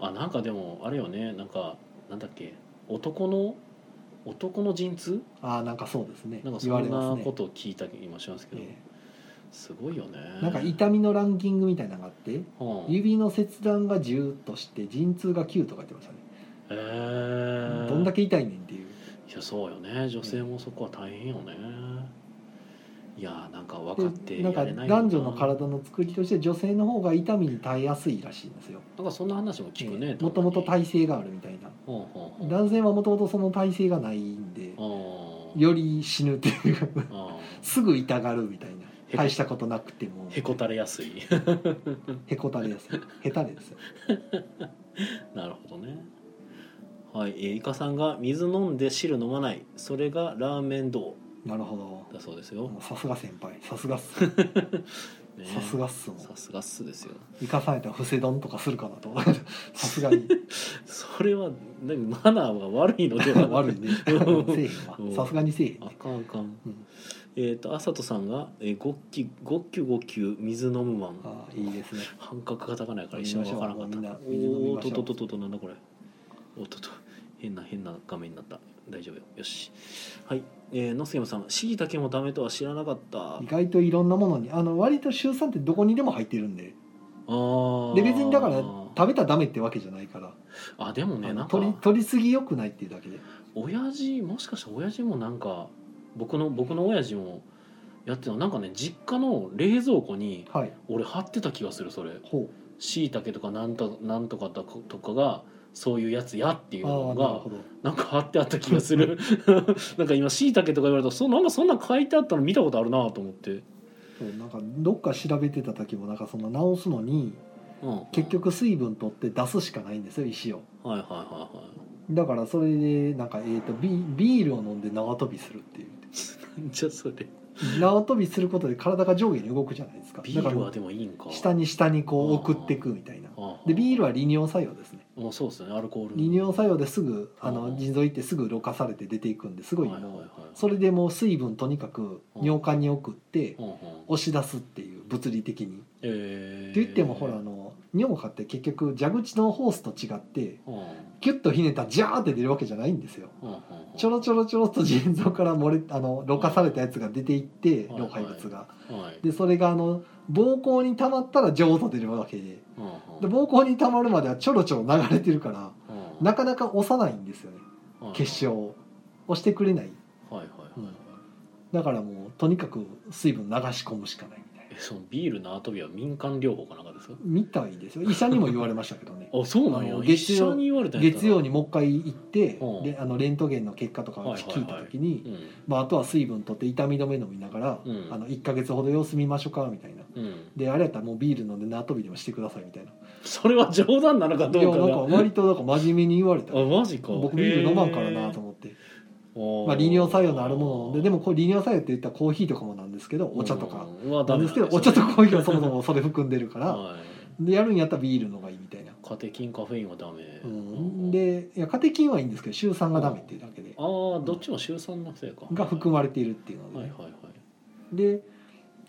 あなんかでもあれよねなんかなんだっけ男の男の陣痛
ああなんかそうですね
なんか
言
そ
われ
ん
ます
な
ね
ことを聞いたりもしますけど、
え
すごいよね
えなんか痛みのランキングみたいなのがあっ
う
て
んへ
指の切断が10として陣痛が9とか言ってましたね
え
どんだけ痛いねんっていう
いやそうよね女性もそこは大変よね、いやなんか分かって
でなん
や
か
れないよ
男女の体の作りとして女性の方が痛みに耐えやすいらしいんですよ
なんかそんな話も聞くね
もともと
体
体勢があるみたいな
ほうほうほう
男性はもともとその体勢がないんで
あー
より死ぬっていう
あ
すぐ痛がるみたいな
へこ
大したことなくても
ーへこたれやすい
へこたれですよへたれですよ
なるほどねはいえーイカさんが水飲んで汁飲まないそれがラーメンど
なるほど
うだそうですよ、
もうさすが先輩さすがっすさ
ね、
すがっすも
さすがっすですよ
生かされたら伏せ丼とかするかな とさすがに
それはなんかマナーが悪いのでは
悪 いねせ
うん
えへんわさすがにせえへん
あ
ね
かんあかん、
うん
えっ、とあさとさんが「えー、ごっきごっきゅごきゅ水飲むマン」
あーいいですね
半角が高ないから一
飲
瞬
みましょ
わ
う
からなかった
みんな水飲み
おお
ましょ
と
う
ととととなんだこれおっとっと変な変な画面になった大丈夫よよしはいえー、のすけもさん「しいたけもダメとは知らなかった」あ
意外といろんなものにあの割と週3ってどこにでも入ってるんで
ー
で別にだから食べたらダメってわけじゃないから
あでもね
あ
な
の
んか
取り取りすぎ良くないっていうだけで
親父もしかしたら親父もなんか僕の僕の親父もやってたなんかね実家の冷蔵庫に
はい
俺貼ってた気がするそれ
ほ
しいたけとかなんとなんとかだことかがそういうやつやっていう
うああ
の
なる
が
ほど
なんか貼ってあった気がす るなんか今しいたけとか言われたらそなんかそんなん書いてあったの見たことあるなと思って、
そうなんかどっか調べてた時もなんかその直すのに
うん、
結局水分取って出すしかないんですよ石を
はいはいはいはい
だからそれでなんか、えー、とビビールを飲んで縄跳びするっていう
じゃあそ れ
縄跳びすることで体が上下に動くじゃないですか
ビールは
だか
でもいいんから
下に下にこう送っていくみたいな
で
でビー
ル
ルは利尿作用ですね
もうそうですよねアルコール
利尿作用ですぐあ
うん
の腎臓行ってすぐろ過されて出ていくんですごいも
はいはいうはい
それでもう水分とにかく尿管に送って
うんうん
押し出すっていう物理的に。
えー
って言ってもほらあの尿波って結局蛇口のホースと違って
うんうん
キュッとひねったらジャーって出るわけじゃないんですよ。
うんうん
ちょろちょろちょろっと腎臓から漏れ あのろ過されたやつが出ていって
はい
老廃物が。
はい
でそれがあの膀胱に溜まったら上手と出るわけで
うんうん
で膀胱に溜まるまではちょろちょろ流れてるから
うん
なかなか押さないんですよね
うん
結晶を押してくれない
はいはいはいはい
だからもうとにかく水分流し込むしかないみたい
え
な
そのビールの後びは民間療法かなんかですか
みたいですよ医者にも言われましたけどね
あそうなんや
あの
月
月曜
曜に言われたんやったら
月曜にもう一回行って、
うん
であのレントゲンの結果とかを聞いた時に、
うん
まあ、あとは水分取って痛み止め飲みながら、
うん
あの1か月ほど様子見ましょうかみたいな
うん
であれやったらもうビール飲んで縄跳びでもしてくださいみたいな
それは冗談なのかど
いうや
か
なん
が
か割となんか真面目に言われた
あマジか
僕ビール飲まんからなと思って、まあ、利尿作用のあるものを飲んででもこう利尿作用って言ったらコーヒーとかもなんですけどお茶とか
は
な
ダ
ん
メ
ですけどお茶とコーヒーはそもそもそれ含んでるからでやるんやったらビールの方がいいみたいな、
カテキンカフェインはダメ
うん、でいやカテキンはいいんですけど週3がダメっていうだけで
ああどっちも週三のせいか
が含まれているっていうので
はい
ね、
はいはい
で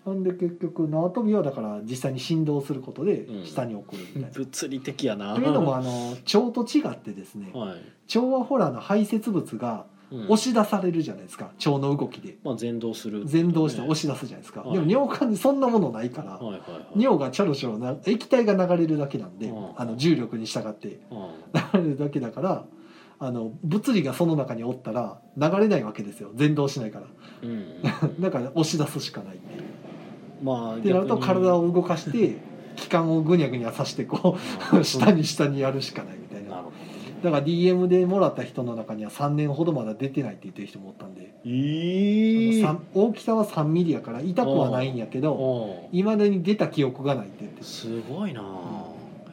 なんで結局縄跳びはだから実際に振動することで
うん
下に送るみたいな。
物理的やな
というのもあの腸と違ってですね
はい
腸はほらあの排泄物が
うん
押し出されるじゃないですか腸の動きで
まあ、前動する、
前動して押
し
し出すじゃないですか、
はい
でも尿管にそんなものないから、
はいはいはい
尿がちょろちょろな液体が流れるだけなんで、
うん
あの重力に従って
う
流れるだけだからあの物理がその中におったら流れないわけですよ前動しないから
んうん
だから押し出すしかないっていう
まあ
ってなると体
を
を動かして気管をぐにゃぐにゃさ してこう下に下にやるしかないみたい
な
な
るほど
だから DM でもらった人の中には3年ほどまだ出てないって言ってる人もおったんで、
えー、
さん大きさは3ミリやから痛くはないんやけど
お
いまだに出た記憶がないって言って
すごいなあ、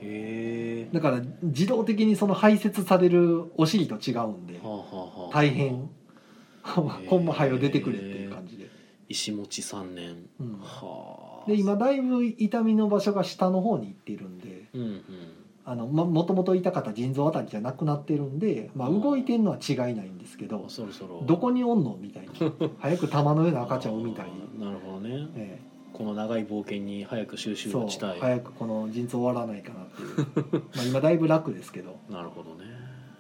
へえ
だから自動的にその排泄されるお尻と違うんで
はあはあはあ
大変
ー
ほんまはよ出てくれっていう感じで、
石持ち3年
うん、
はあ
で今だいぶ痛みの場所が下の方に行ってるんで
うんうん
あのまもともと痛かった腎臓あたりじゃなくなってるんで、まあ、動いてるのは違いないんですけど
そろそろ
どこにおんの みたいな早く玉のような赤ちゃんを産みたい、
あーなるほどね
え
この長い冒険に早く収
え
集
そ
が
う
したい
早くこの腎臓終わらないかなっていうまあ今だいぶ楽ですけど
なるほどね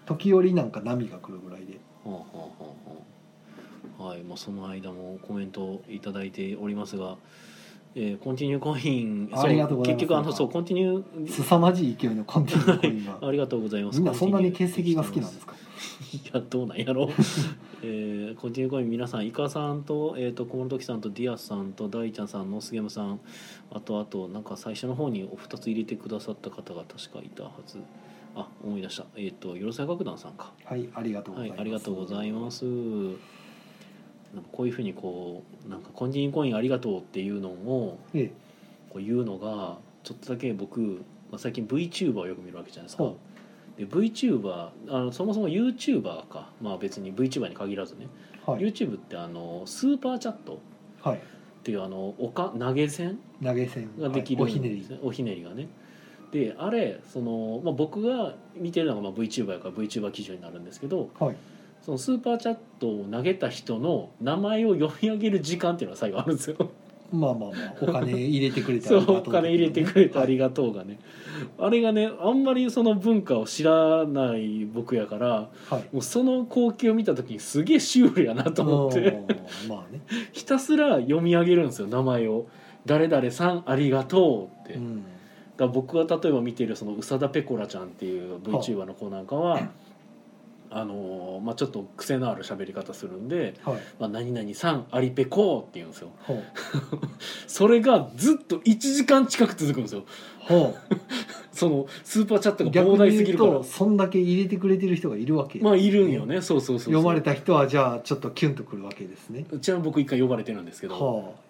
時折なんか波が来るぐらいで
はあはあはあはあはいまあその間もコメントをいただいておりますがえーコンティニューコイン
ありがとうございます
結局あのそうコンティニュー
凄まじい勢いのコンティニューコインが
ありがとうございます
みんなそんなに
コ
欠
ンティニ
席
ュー
が好きなんですか
いやどうなんやろ えー、コンティニューコイン皆さんイカさんと,、えー、と小室時さんとディアスさんと大ちゃんさんノースゲームさんあとあとなんか最初の方にお二つ入れてくださった方が確かいたはずあ思い出したえっ、とよろさい楽団さんか
はいありがとうご
は
ざ
いい
ます、
ありがとうございますなんかこういうふうにこうなんかコンティニューコインありがとうっていうのを
ええ
こう言うのがちょっとだけ僕、まあ、最近 VTuber をよく見るわけじゃないですか、
ほ
で VTuber あのそもそも YouTuber かまあ別に VTuber に限らずね、
はい
YouTube ってあのスーパーチャットっ
はい
ていうあのおか投げ銭
投げ銭
ができる
はいおひね
で
り
すねおひねりがねであれその、まあ、僕が見てるのがまあ VTuber やから VTuber 基準になるんですけど
はい
そのスーパーチャットを投げた人の名前を読み上げる時間っていうのが最後あるんですよ
まあまあまあお金入れてくれてあ
そ
りがと
うお金入れてくれてありがとうがね、あれがねあんまりその文化を知らない僕やから
はい
もうその光景を見た時にすげえシュールやなと思って
うんまあね、
ひたすら読み上げるんですよ名前を「誰々さんありがとう」って、
う
だか
ん、
ら僕が例えば見てるそのうさだペコラちゃんっていう VTuber の子なんかは。あのーまあ、ちょっと癖のある喋り方するんで
はい
「まあ、何々さんありペコ」って言うんですよ
ほう
それがずっと1時間近く続くんですよ
ほ
そのスーパーチャット
う
が
逆
膨大
に
すぎ
言う
るから
とそんだけ入れてくれてる人がいるわけ、
まあいるんよねそうそうそうそう
読まれた人はじゃあちょっとキュンとくるわけですね
うちは僕一回呼ばれてるんですけど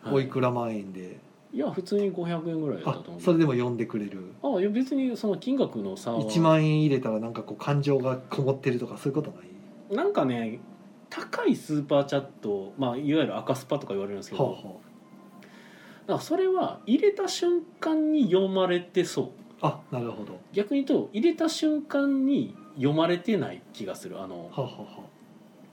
はあ、
はい
おいくら万円で
いや普通に500円ぐらいだった
あ
と
そ
思
れ
う
でも読んでくれる
あいや別にその金額の差は
1万円入れたらなんかこう感情がこもってるとかそういうことない
なんかね高いスーパーチャット、まあ、いわゆる赤スパとか言われるんですけ
はあ
ど、
は
なんかそれは入れた瞬間に読まれてそう
ああなるほどは
逆に言うと入れた瞬間に読まれてない気がするあの
あ、はあは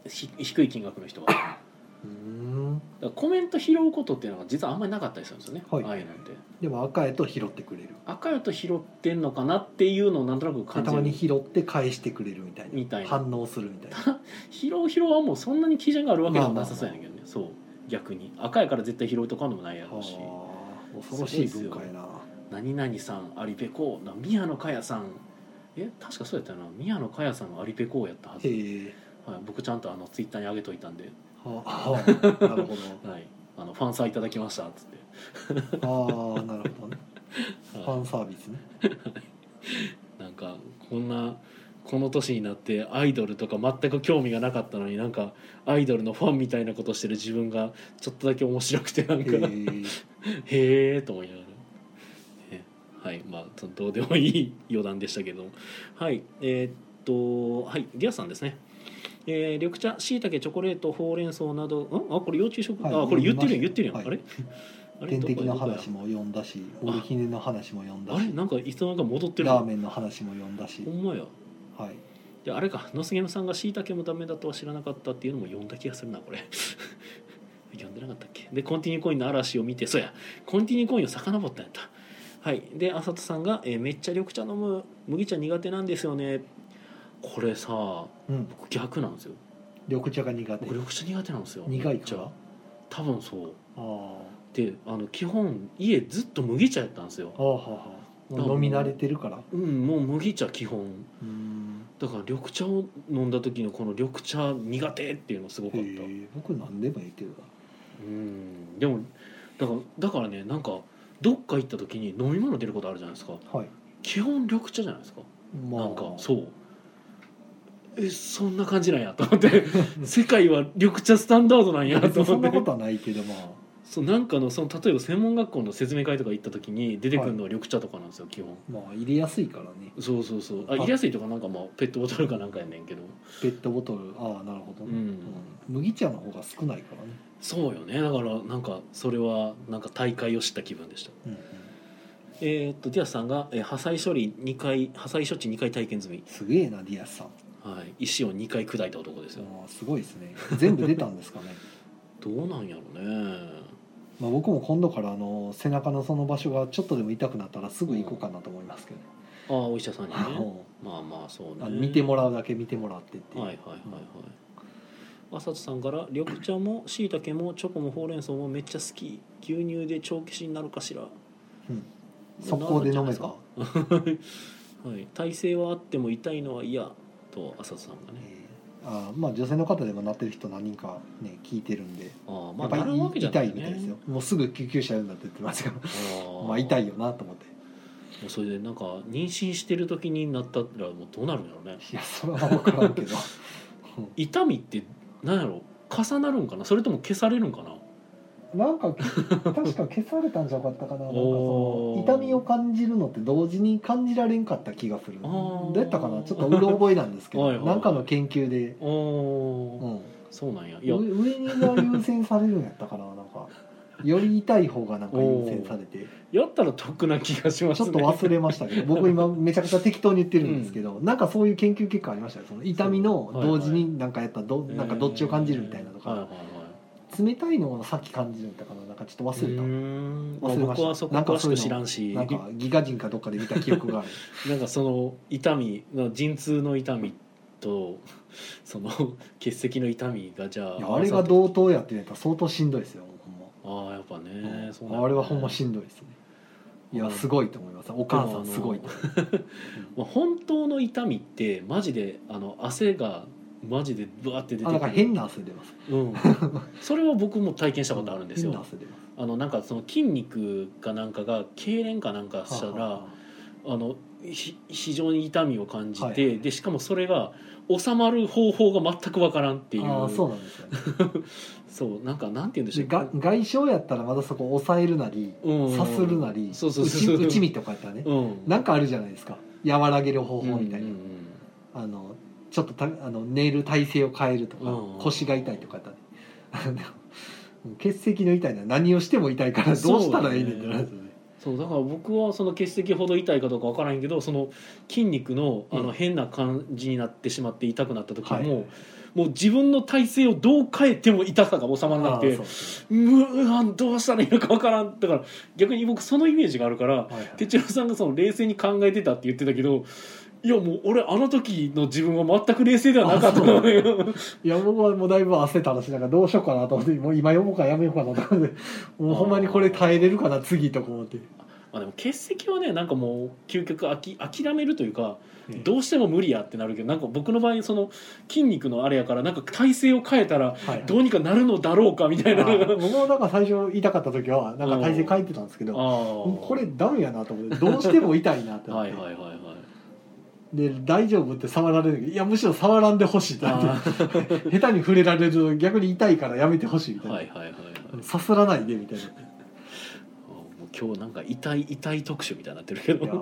あ、
ひ低い金額の人はだか
うーん
らコメント拾うことっていうのが実はあんまりなかったりするんですよね、
はい
ああいうのって
でも赤やと拾ってくれる
赤やと拾ってんのかなっていうのをなんとなく
で
感
た
じ
ま
る
に拾って返してくれるみたいな
みたいな
反応するみたいな
拾う拾うはもうそんなに基準があるわけでもなさそうやねんけどね、そう逆に赤やから絶対拾うとかんでもないやろうし
はあ恐ろしい文化やな
「何々さんアリペコー」な「宮野佳代さん」え確かそうやったよな宮野佳代さんのアリペコーやったはず、
へ
はい、
え
僕ちゃんとあのツイッターに上げといたんで
はあ、はあ、なるほ
「はい、あのファンサーいただきました」っつっ
どああなる ほどね
て、
ファ
は
ンサービスね
い、なんかこんなこの年になってアイドルとか全く興味がなかったのになんかアイドルのファンみたいなことしてる自分がちょっとだけ面白くてなん
へ
か、
ー
へえと思いながら、ねはいまあそのどうでもいい余談でしたけどもはいえーっとはいディアスさんですねえー、緑茶しいたけチョコレートほうれん草などんあこれ幼虫食、
はい
あこれ言ってるやん言ってるやん、
はい
あれあれ
天敵の
どこや
話も読んだしモルヒネの話も読ん
ど
だ
こやあれ
し
なんかいつの間にか戻ってる
ラーメンの話も読んだし
ほんまや
はい
であれかノスゲムさんがしいたけもダメだとは知らなかったっていうのも読んだ気がするなこれ 読んでなかったっけでコンティニューコインの嵐を見てそうやコンティニューコインを遡ったんやったはいであさとさんが、えーめっちゃ緑茶飲む麦茶苦手なんですよね」これさ
うん
僕逆なんですよ
緑茶が苦手
僕緑茶苦手なんですよ
苦い
じ
か
ゃ
ら
あ
あ
多分そう
あ
であの基本家ずっと麦茶やったんですよ
ああはあはあ飲み慣れてるから
うんもう麦茶基本
うん
だから緑茶を飲んだ時のこの緑茶苦手っていうのすごか
へ
った
え僕何でもいいけど
うんでもだからだからねなんかどっか行った時に飲み物出ることあるじゃないですか
なはい
基本緑茶じゃないですか
ま
なんかそうえそんな感じなんやと思って 世界は緑茶スタンダードなんや
別
と
にそん
思
な
って
ことはないけどまあ
そうなんかのその例えば専門学校の説明会とか行った時に出てくるのは緑茶とかなんですよ、基本
まあ入れやすいからね
そうそうそうあ
あ
入れやすいとかなんかまあペットボトルかなんかやねんけど
ペットボトルああなるほど、
う
ねうん
ん
麦茶の方が少ないからね、
そうよねだからなんかそれはなんか大会を知った気分でした
うんうん、
えーっとディアスさんが、えー破砕処理2回破砕処置2回体験済み、
すげえなディアスさん
はい、石を2回砕いた男ですよ
あーすごいですね全部出たんですか ね
どうなんやろうね
まあ僕も今度からあの背中のその場所がちょっとでも痛くなったらすぐ行こうかなと思いますけど、
ああお医者さんに
あ
ね
の
まあまあそう
あ
ね
の見てもらうだけ見てもらってっていう、
はいはいはいはい浅津さんから「緑茶もしいたけもチョコもほうれん草もめっちゃ好き牛乳で帳消しになるかしら」
うん速攻で飲めば、
はい、体勢はあっても痛いのは嫌と浅津さんが
え
ね
ーあーまあ女性の方でもなってる人何人かね聞いてるんで、
ああまあな
やっぱ
るわけ
り
じゃ
痛
ないい
みたいですよ
ね
もうすぐ救急車呼んだって言ってますけど
ああ
まあ痛いよなと思って
もうそれでなんか妊娠してる時になったらもうどうなるんやろうね
いやそれは分からん けど う
痛みってなんやろ重なるんかなそれとも消されるんかなん
なんかけ確か消されたんじゃなかったかななんか
お
そ
ー
の痛みを感じるのって同時に感じられんかった気がする
あ
ど
ー
うやったかなちょっとうろ覚えなんですけ
は
ど
いはいはい
なんかの研究で、
お
う
お、
ん、
そうなんやいや
上上にが優先されるんやったかななんかより痛い方がなんか優先さ れて
やったら得な気がします
ちょっ
ね
と忘れましたけど僕今めちゃくちゃ適当に言ってるんですけど、なんかそういう研究結果ありましたよその痛みの同時になんかやったらど,、 なんかどっちを感じるみたいなと
はいは
か、
いはい
冷たいのをさっき感じるんだったかななんかちょっと忘れた、
うーん
忘れました
僕はそこ詳しく知らんしな
なんん
か
かギガ人かどっかで見た記憶がある
その痛みの陣痛の痛みとその 血石の痛みがじ ゃあ
いやあれが同等やって言うやったら相当しんどいですよほ
ああやっぱ
んま、
ねそうなんだね
あれはほんましんどいですねいやすごいと思いますお母さんすごいと思います
まあ、本当の痛みってマジであの汗がマジでブワーって出てく
あな
る
んか変な汗出ます
うん、それは僕も体験したことあるんです
変な
よ
汗出ます
あのなんかその筋肉かなんかが痙攣かなんかした
はあはあ
ら
は
あのひ非常に痛みを感じて、
はいはい
でしかもそれが収まる方法が全くわからんっていう
ああーそうなんですよね
そうなんかなんて言うんでし
で
ょう
が外傷やったらまだそこ抑えるなり
うん
さするなり
そうそうそう
内内身とかやったらね
うん
なんかあるじゃないですか和らげる方法みた
う
いな、
んうん
あのちょっとたあの寝る体勢を変えるとか、
うん
腰が痛いとかやったらねあの血石の痛いのは何をしても痛いからどうしたらいいねんってなるんですよね
そうだから僕はその血石ほど痛いかどうかわからんけどその筋肉のあ
う
の
ん
変な感じになってしまって痛くなった時も、
はい
もう自分の体勢をどう変えても痛さが収まらな
あ
く
ー
て
そうそう
うわどうしたらいいのかわからんだから逆に僕そのイメージがあるから
はいはい
哲郎さんがその冷静に考えてたって言ってたけどいやもう俺あの時の自分は全く冷静ではなかったのよ。
いや僕はもうだいぶ焦った話なんかどうしようかなと思ってもう今読もうかやめようかな と思ってもうほんまにこれ耐えれるかな次とか思って、
まあ、でも欠席はねなんかもう究極あき諦めるというかどうしても無理やってなるけどなんか僕の場合その筋肉のあれやからなんか体勢を変えたら
はいはい
どうにかなるのだろうかみたいな、
あ ー僕もなんか最初痛かった時はなんか体勢変えてたんですけ
あ
ど
ー
これダメやなと思ってどうしても痛いなって思っ
は
て
いはいはいはい
で大丈夫って触られるいやむしろ触らんでほしいってなっ
あ
て 下手に触れられると逆に痛いからやめてほしいみ
ー
たいな、
はいはいはいはい
さすらない でみたいない
あーもう今日なんか痛い痛い特集みたいになってるけど
やーね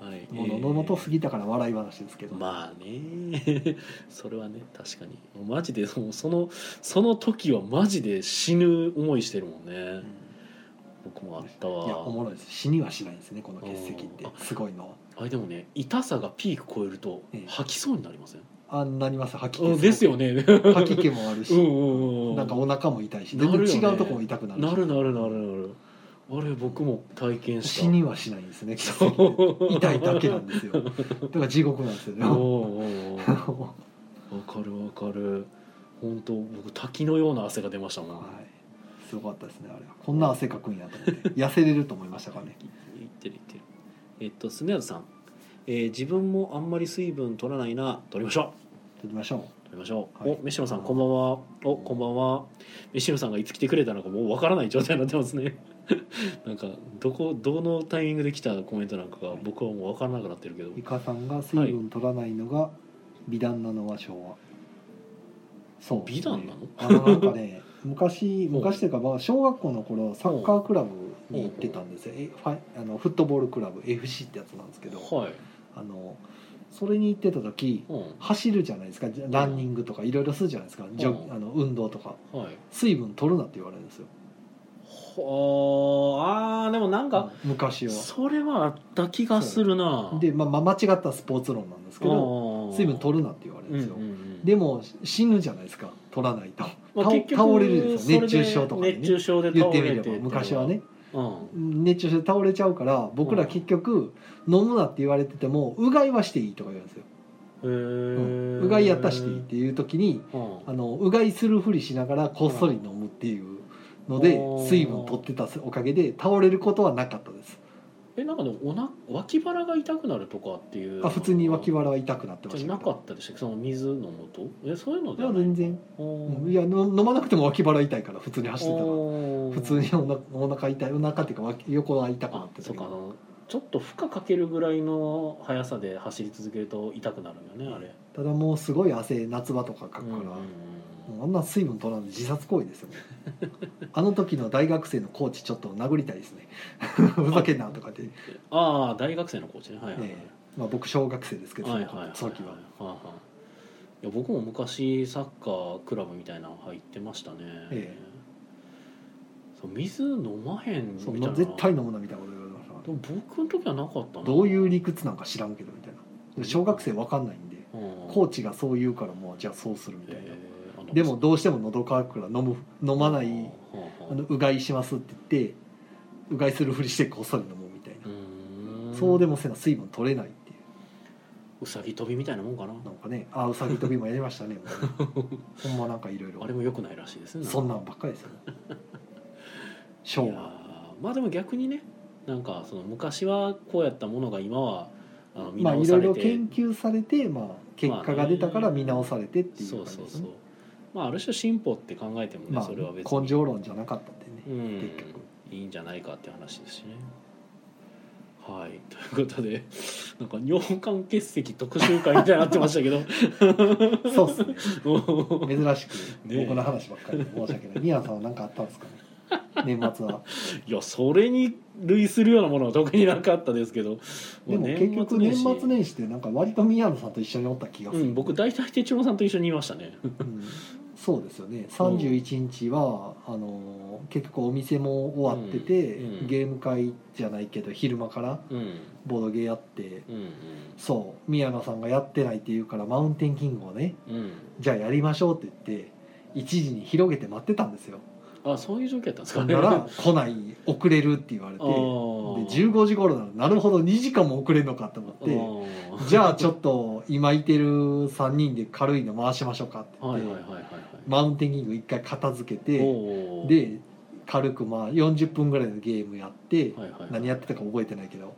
はい
もうのののと過ぎたから笑い話ですけ
えー
ど、
まあね それはね確かにもうマジでもうそのその時はマジで死ぬ思いしてるもんね、
うん
僕もあったわ
いやおもろいです死にはしないですねこの欠席って
うんあ
すごいのは
あれでもね痛さがピーク超えると
ええ
吐きそうになりません、
あんなります吐き
う
気
ん、ですよね
吐き気もあるし
うんうんうん
なんかお腹も痛いし
なる
全
よね
然違うとこも痛くなるし
なるなるなるなるあれ僕も体験した
死にはしないんです ね欠席
そう
痛いだけなんですよ だから地獄なんですよ
おー
ね
おーおーわかるわかる本当僕滝のような汗が出ましたもん
はいすごかったですねあれはこんな汗かくんやと思って 痩せれると思いましたからね
いってるいってるえっとスネアズさん、えー自分もあんまり水分取らないな取りましょ
取りましょ
う取りましょう、
はい
おメシロさんこんばんはおこんばんはメシロさんがいつ来てくれたのかもうわからない状態になってますね なんかどこどのタイミングで来たコメントなんかが僕はもうわからなくなってるけど
うイカさんが水分取らないのが美談なのは昭和そう
美談なの
あのなんか ね昔
ほう
昔というかまあ小学校の頃サッカークラブに行ってたんですよえファイあのフットボールクラブ FC ってやつなんですけど
はい、
あのそれに行ってた時
う
走るじゃないですかじゃランニングとかいろいろするじゃないですかジョ
うん
あの運動とか
ん、はい
水分取るなって言われるんですよ
ほーあーでもなんか、
昔は
それはあった気がするな
で、まあ、まあ間違ったスポーツ論なんですけど水分取るなって言われるん
るん
です
です
よ、
よ、うんうんうん
でも死ぬじゃないですか取らないと、
まあ
倒
結局
倒れるでしょ熱中症とかでね
熱中症で
言
倒
って
れ
み
て
れば昔はね
うん
熱中症で倒れちゃうから僕ら結局飲むなって言われててもうがいはしていいとか言うんですよ、
へ
う
ー
んうがいやったらしていいっていう時に
うん
あのうがいするふりしながらこっそり飲むっていうので
うん
水分取ってたおかげで倒れることはなかったです
えなんかでもおな脇腹が痛くなるとかっていう
あ普通に脇
腹
腹は痛くなってました
じ
け
ゃ
ど
なかったでしたっけその水飲むとえそういうの
い
で
や
はない
全然
うん
いやの飲まなくても脇腹痛いから普通に走ってたら
うん
普通にお腹お腹痛いお腹っていうか脇横が痛くな
あ
ってた
そう
け
かあ
ど
のちょっと負荷かけるぐらいの速さで走り続けると痛くなるよねあれ
ただもうすごい汗夏場とかかくか
う
ら、
んうんうん
もうあんな水分取らんで自殺行為です よねあの時の大学生のコーチちょっと殴りたいですねふざけんなとかって、
ああ大学生のコーチねはいはいはい、
ええまあ、僕小学生ですけど、
はいはいはい
その時は
はいはいいや僕も昔サッカークラブみたいなの入ってましたね、
ええ
そう水飲まへんみた
そ
い
ん
な
な絶対飲むなみたいなこと言われまし
でも僕の時はなかった
た
な
どういう理屈なんか知らんけどみたいなでも小学生わかんないんで
うん
コーチがそう言うからもうじゃあそうするみたいな、
ええあの
でもどうしても喉乾くから飲む飲まない
はあはあ
あのうがいしますって言ってうがいするふりしてこっそり飲もうみたいな、
うーん
そうでもせな水分取れないっていう
うさぎ跳びみたいなもんかな
なんかねあうさぎ跳びもやりましたねもう ほんまなんかいろいろ
あれも良くないらしいですね
そんなんばっかりですよ
い
昭
や
和
ーまあでも逆にねなんかその昔はこうやったものが今はあの見
まあ
直
い
さ
ろい
れ
ろ
て
研究されて、まあ、結果が出たから見直されてってい
そうう
感じ
そう
です
そう
ね
まあある種進歩って考えてもね、
ま
それは別
あ
に
根性論じゃなかったん でね、
うん
結局
いいんじゃないかって話ですしねはいということで なんか尿管結石特集会みたいになってましたけど
そうっすね
もう
珍しく
ねえ
僕の話ばっかりで申し訳ない宮野さんは何かあったんですかね 年末はい
やそれに類するようなものは特になかったですけど
でも
う
結局年末
始
年始ってなんか割と宮野さんと一緒におった気がす
う
る、
ん、僕大体手帳さんと一緒にいましたね
うんそうですよね31日は、あのー結構お店も終わってて、
うんうん
ゲーム会じゃないけど昼間から
うん
ボードゲーやって
うん
そう宮野さんがやってないって言うからマウンテンキングをね
うんうん
じゃあやりましょうって言って1時に広げて待ってたんですよ
あそういう状況やったんです
そ
か
ん
ね
な
あ
ら来ない遅れるって言われてで
ー
15時頃ならなるほど2時間も遅れるのかと思
あ
って
ー
じゃあちょっと今いてる3人で軽いの回しましょうかって言っ
はい
て、
はいはいはいはい
マウンテンキング一回片付けて
おー
で軽くまあ40分ぐらいのゲームやって、
はいはいはい
何やってたか覚えてないけどで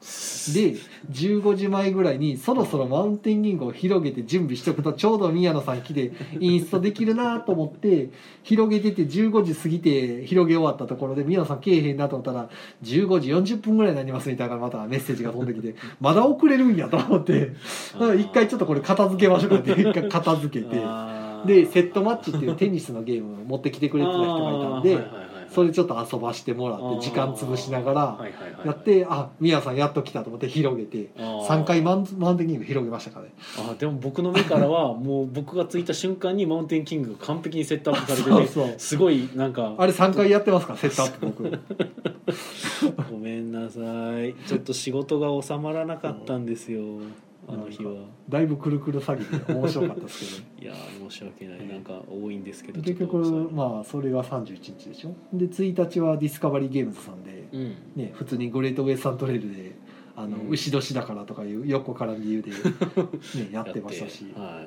15時前ぐらいにそろそろマウンテンキングを広げて準備しとくとちょうど宮野さん来てインストできるなと思って広げてて15時過ぎて広げ終わったところで宮野さん来えへんなと思ったら15時40分ぐらいになりますみたいなまたメッセージが飛んでき てまだ遅れるんやと思って
あー
一回ちょっとこれ片付けましょうかって 一回片付けて。
あー
でセットマッチっていうテニスのゲームを持ってきてくれてた人がいたんで、
あーはいはいはいはい
それちょっと遊ばしてもらって時間潰しなが
あーは
ら
いはいはい
やって、あミヤさんやっと来たと思って広げて
あー
3回マンマウンテンキング広げましたからね
あーでも僕の目からは もう僕が着いた瞬間にマウンテンキングが完璧にセットアップされてて
そうそう
すごいなんか
あれ3回やってますからセットアップ僕
ごめんなさいちょっと仕事が収まらなかったんですよあの日は
だいぶくるくる詐欺で面白かったです けどね
いやー申し訳ないなんか多いんですけど
結局まあそれが31日でしょで1日はディスカバリーゲームズさんで、
あうん
ね、普通にグレートウェスタントレールであの、
うん
牛年だからとかいう横から理由で、ね、やってましたし
やっては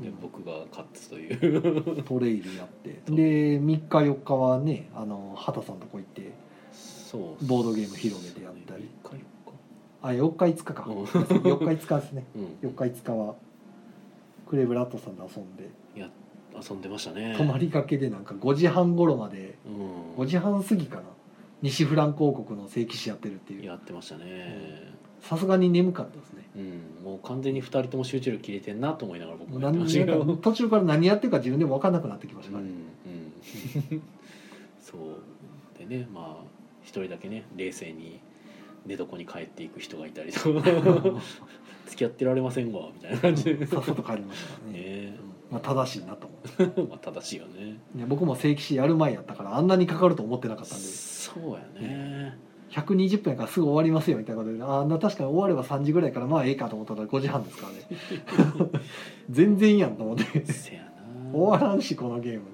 いで
うん
僕が勝つという
トレイルやって
そう
で3日4日はねあの畑さんとこ行って
そう
ボードゲーム広げてやったり
そうね
あ4日5日か
うん
4日5日ですね
一回
4日5日はクレブラットさんと遊んで
うん、遊んでましたね
泊まりがけでなんか5時半頃まで
うん
5時半過ぎかな西フランク王国の聖騎士やってるっていう
やってましたね、
さすがに眠かったですね
うんもう完全に2人とも集中力切れてんなと思いながら僕もやって
何
ましたけど
なんか途中から何やってるか自分でも分かんなくなってきました
うんう
ね、
んそうでねまあ一人だけね冷静に寝床に帰っていく人がいたり と付き合ってられませんわみたいな感じでね
さっさと帰りましたね
え
まあ、正しいなと思う
まあ正しいよね
ね僕も正規士やる前やったからあんなにかかると思ってなかったんで
そうやね
120分やからすぐ終わりますよみたいなことであんな確かに終われば3時ぐらいからまあええかと思ったら5時半ですからね 全然いいやんと思って
せやな
終わらんしこのゲームって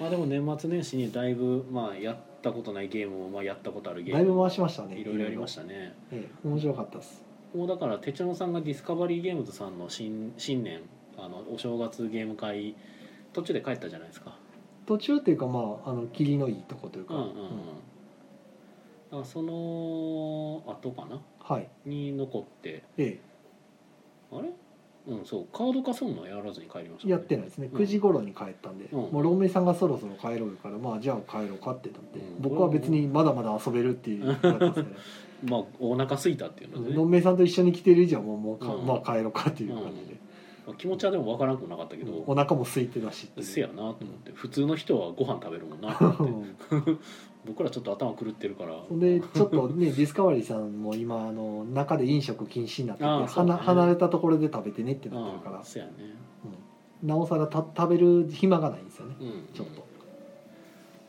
まあでも年末年始にだいぶまあやったことないゲームをまあやったことあるゲー
だ
ム
いぶ回しましたね
いろいろやりましたね
ええ面白かったです
もうだから手帳さんがディスカバリーゲームズさんの新新年あのお正月ゲーム会途中で帰ったじゃないですか
途中っていうかまああの霧のいいとこという
う
か、
んうんうんだからその後かな
はい
に残って
え
あれうんそうカード化すんのやらずに帰りました、
えやってないですね
うん
9時頃に帰ったんで、
うん
もう老明さんがそろそろ帰ろうよからまあじゃあ帰ろうかって言ったんで、
うん
僕は別にまだまだ遊べるっていうのだったんですけど
まあお腹空いたっていうので、ね
のんめいさんと一緒に来てる以上はもうもうか、
うん
まあ帰ろうかっていう感じで、
まあ気持ちはでもわからんくもなかったけど、
お腹も空いてたしっていう
せやなと思って普通の人はご飯食べるもんなと思っ
う
て
ん
僕らちょっと頭狂ってるから
そん でちょっとねディスカバリーさんも今あの中で飲食禁止になってて、
ああそうね
はな離れたところで食べてねってなってるから
あ、せやね
なおさらた食べる暇がないんですよね
うん
ちょっと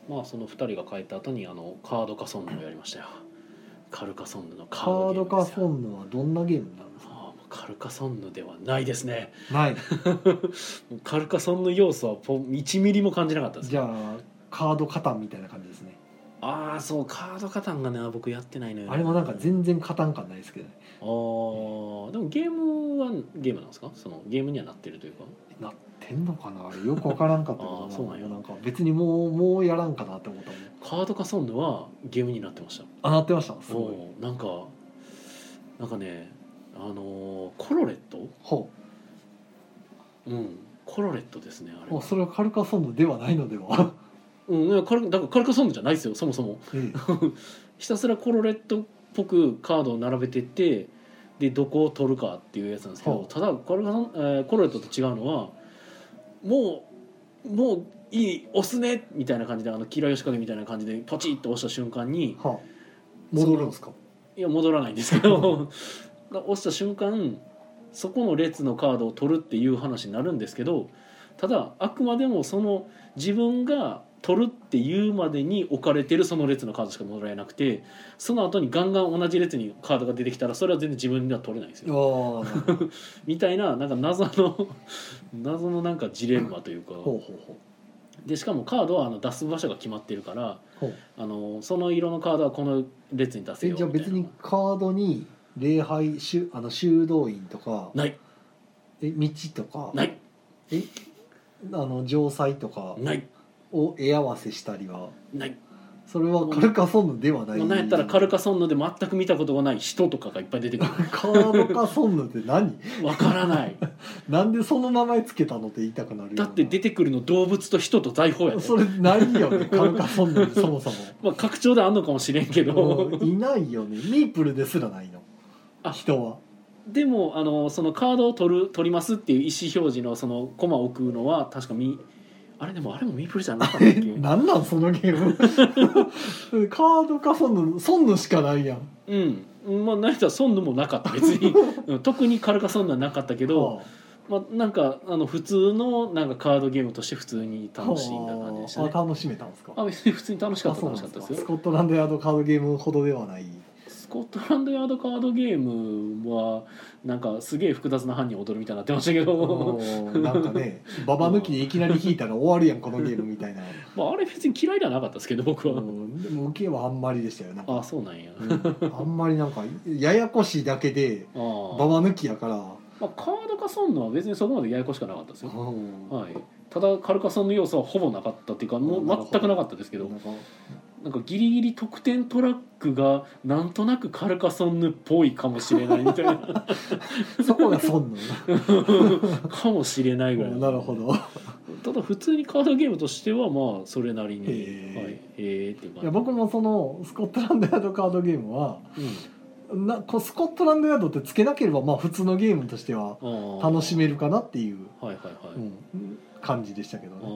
まあその2人が帰った後にあのカードカソンヌをやりましたよカルカソンヌのカ
カー
ードゲー
ド
ム
カ
です
フォ
よ
ンヌはどんなゲームなんですか
ああカルカソンヌではないですね
ない
もうカルカソンヌ要素はポン1ミリも感じなかったです
じゃあカードカタンみたいな感じですね
ああそうカードカタンがね僕やってないのよね、
あれもなんか全然カタン感ないですけどね
あーでもゲームはゲームなんですかそのゲームにはなってるというか
なってんのかなあれよくわからんかったけ
あ
ど
あそうなんや
なんか別にもうもうやらんかなって思ったもん
カードカソンヌはゲームになってました
あなってましたすごい
もうなんかなんかねあのーコロレット
ほ
うんコロレットですねあ
う
れ
もうそれはカルカソンヌではない のでは、
うんいやカルだからカルカソンヌじゃないですよそもそも
ええ
ひたすらコロレットっぽくカードを並べてってでどこを取るかっていうやつなんですけ
は
ど
あ
ただコロ,、えーコロレットと違うのはもうもういい押すねみたいな感じであのキラヨシカゲみたいな感じでポチッと押した瞬間に
はあ戻るんですか
いや戻らないんですけどが押した瞬間そこの列のカードを取るっていう話になるんですけどただあくまでもその自分が取るっていうまでに置かれてるその列のカードしかもらえなくてその後にガンガン同じ列にカードが出てきたらそれは全然自分では取れないんです
あ
よ
あなるほど
みたいななんか謎の 謎のなんかジレンマというか
ほうほう ほう
でしかもカードはあの出す場所が決まってるから
ほう
あのその色のカードはこの列に出せ
え
よ
じゃあ
みた
別
いな
にカードに礼拝修あの修道院とか
ない
え道とか
ない
えあの城塞とか
ない
を絵合わせしたりは
ない
それはカルカソンヌではない
もうなんやったらカルカソンヌで全く見たことがない人とかがいっぱい出てくる
カードカソンヌって何
わからない
なんでその名前つけたのって言いたくなるような
だって出てくるの動物と人と財宝やで、
それないよ ねカルカソンヌにそもそ
まあ、拡張であんのかもしれんけ
も
ど
うんいないよねミープルですらないの
あ
人は
でもあのそのカードを取る取りますっていう意思表示のそのコマを置くのは確かみあれでもあれもミープルじゃなかったっけ
なんなんそのゲーム カードかソンヌソンヌしかないやん
うんまあ何やったらソンヌもなかった別 にうん特にカルカソンヌはなかったけど、
は
まあ、なんかあの普通のなんかカードゲームとして普通に
あ
楽しんだ感じでしたね
あ楽しめたんですか
あ別に普通に楽しかった
そう
楽
な
しかっ
ん
た
で
ですす
か
よ
スコットランドヤードカードゲームほどでは ない
スコットランドヤードカードゲームはなんかすげえ複雑な犯人踊るみたいになってましたけど、
なんかねババ抜きでいきなり引いたら終わるやんこのゲームみたいな
まあ、あれ別に嫌いではなかったですけど僕
う
は、
んでも受けはあんまりでしたよなんか
ああそうなんや、
うんあんまりなんかややこしいだけで
ああ
ババ抜きやから
まあ、カード化すんのは別にそこまでややこしくなかったですよ、
うん
はい、ただカルカソンの要素はほぼなかったっていうかも
なるほ
う
ど
全くなかったですけど
なんか
なんかギリギリ得点トラックがなんとなくカルカソンヌっぽいかもしれないみたい な
そこが損な
かもしれない ぐらい
のなるほど
ただ普通にカードゲームとしてはまあそれなりに
へ
はい
ー
えーっていう感
いや僕もそのスコットランドヤードカードゲームはなこうスコットランドヤードってつけなければまあ普通のゲームとしては
うん、
楽し
み
めるかなっていう、
はいはいはい、
うん感じでしたけど
あ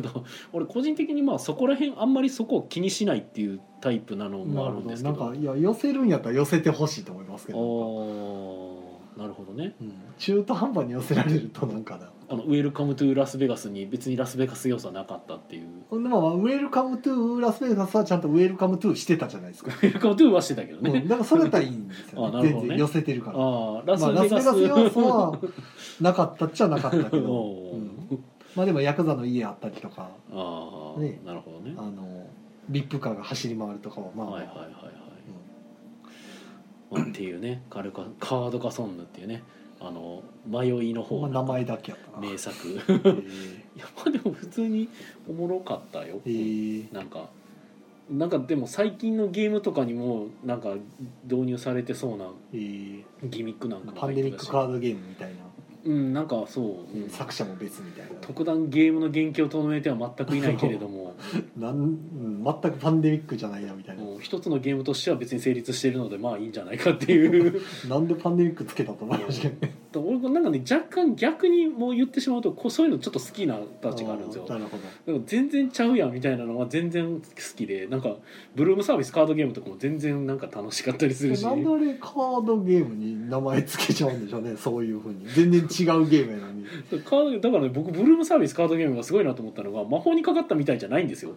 ーだから俺個人的にまあそこら辺あんまりそこを気にしないっていうタイプなのも
な
ある
るほ
ん
ど
です
な
け
ん
ど
かいや寄せるんやったら寄せてほしいと思いますけ
あ
ど、
ーなるほどね
うん、中途半端に寄せられるとなんかな
あの「ウェルカム・トゥ・ラスベガス」に別にラスベガス要素はなかったっていう
ほんでまあまあウェルカムトゥーラスベガスはちゃんとウェルカムトゥーしてたじゃない ですか、
ウェルカム・トゥはしてたけど
う
ね、
ん、だからそれだったらいいんですよ、
あな
ね
るほどね
全然寄せてるから
ああラス
まあ、ラ
ベ
スベ
ガ
ガ
ス,、
ス要素はなかったっちゃなかったけど
おー
うんまあでもヤクザの家あったりとか
ああ、
ね
なるほどね
あのビップカーが走り回るとかはまあ、
はいはいはいはい、まあっていうねカルカカードカソンヌっていうねあの迷いの
うん
方
まあ、名
の
前だけやったな、
名作い
えー
やまあでも普通におもろかったよ、
えー
なんかなんかでも最近のゲームとかにもなんか導入されてそうな
えー
ギミックなんかも
パン
入
デ
って
ミッ
たし
クカードゲームみたいな、
うんなんかそう、うん
作者も別みたいな
特段ゲームの元気を整えては全くいないけれど も、
なん、うん全くパンデミックじゃないなみたいな、
もう一つのゲームとしては別に成立しているのでまあいいんじゃないかって いう
なんでパンデミックつけたと思い ましたけどね
だから俺なんかね若干逆にもう言ってしまうとこうそういうのちょっと好きなたちがあるんですよ
あーなるほど
なんか全然ちゃうやんみたいなのが全然好きでなんかブルームサービスカードゲームとかも全然なんか楽しかったりするし
なんであれカードゲームに名前つけちゃうんでしょうね そういうふうに全然違うゲームやのに
そうカードだからね僕ブルームサービスカードゲームがすごいなと思ったのが魔法にかかったみたいじゃないんですよ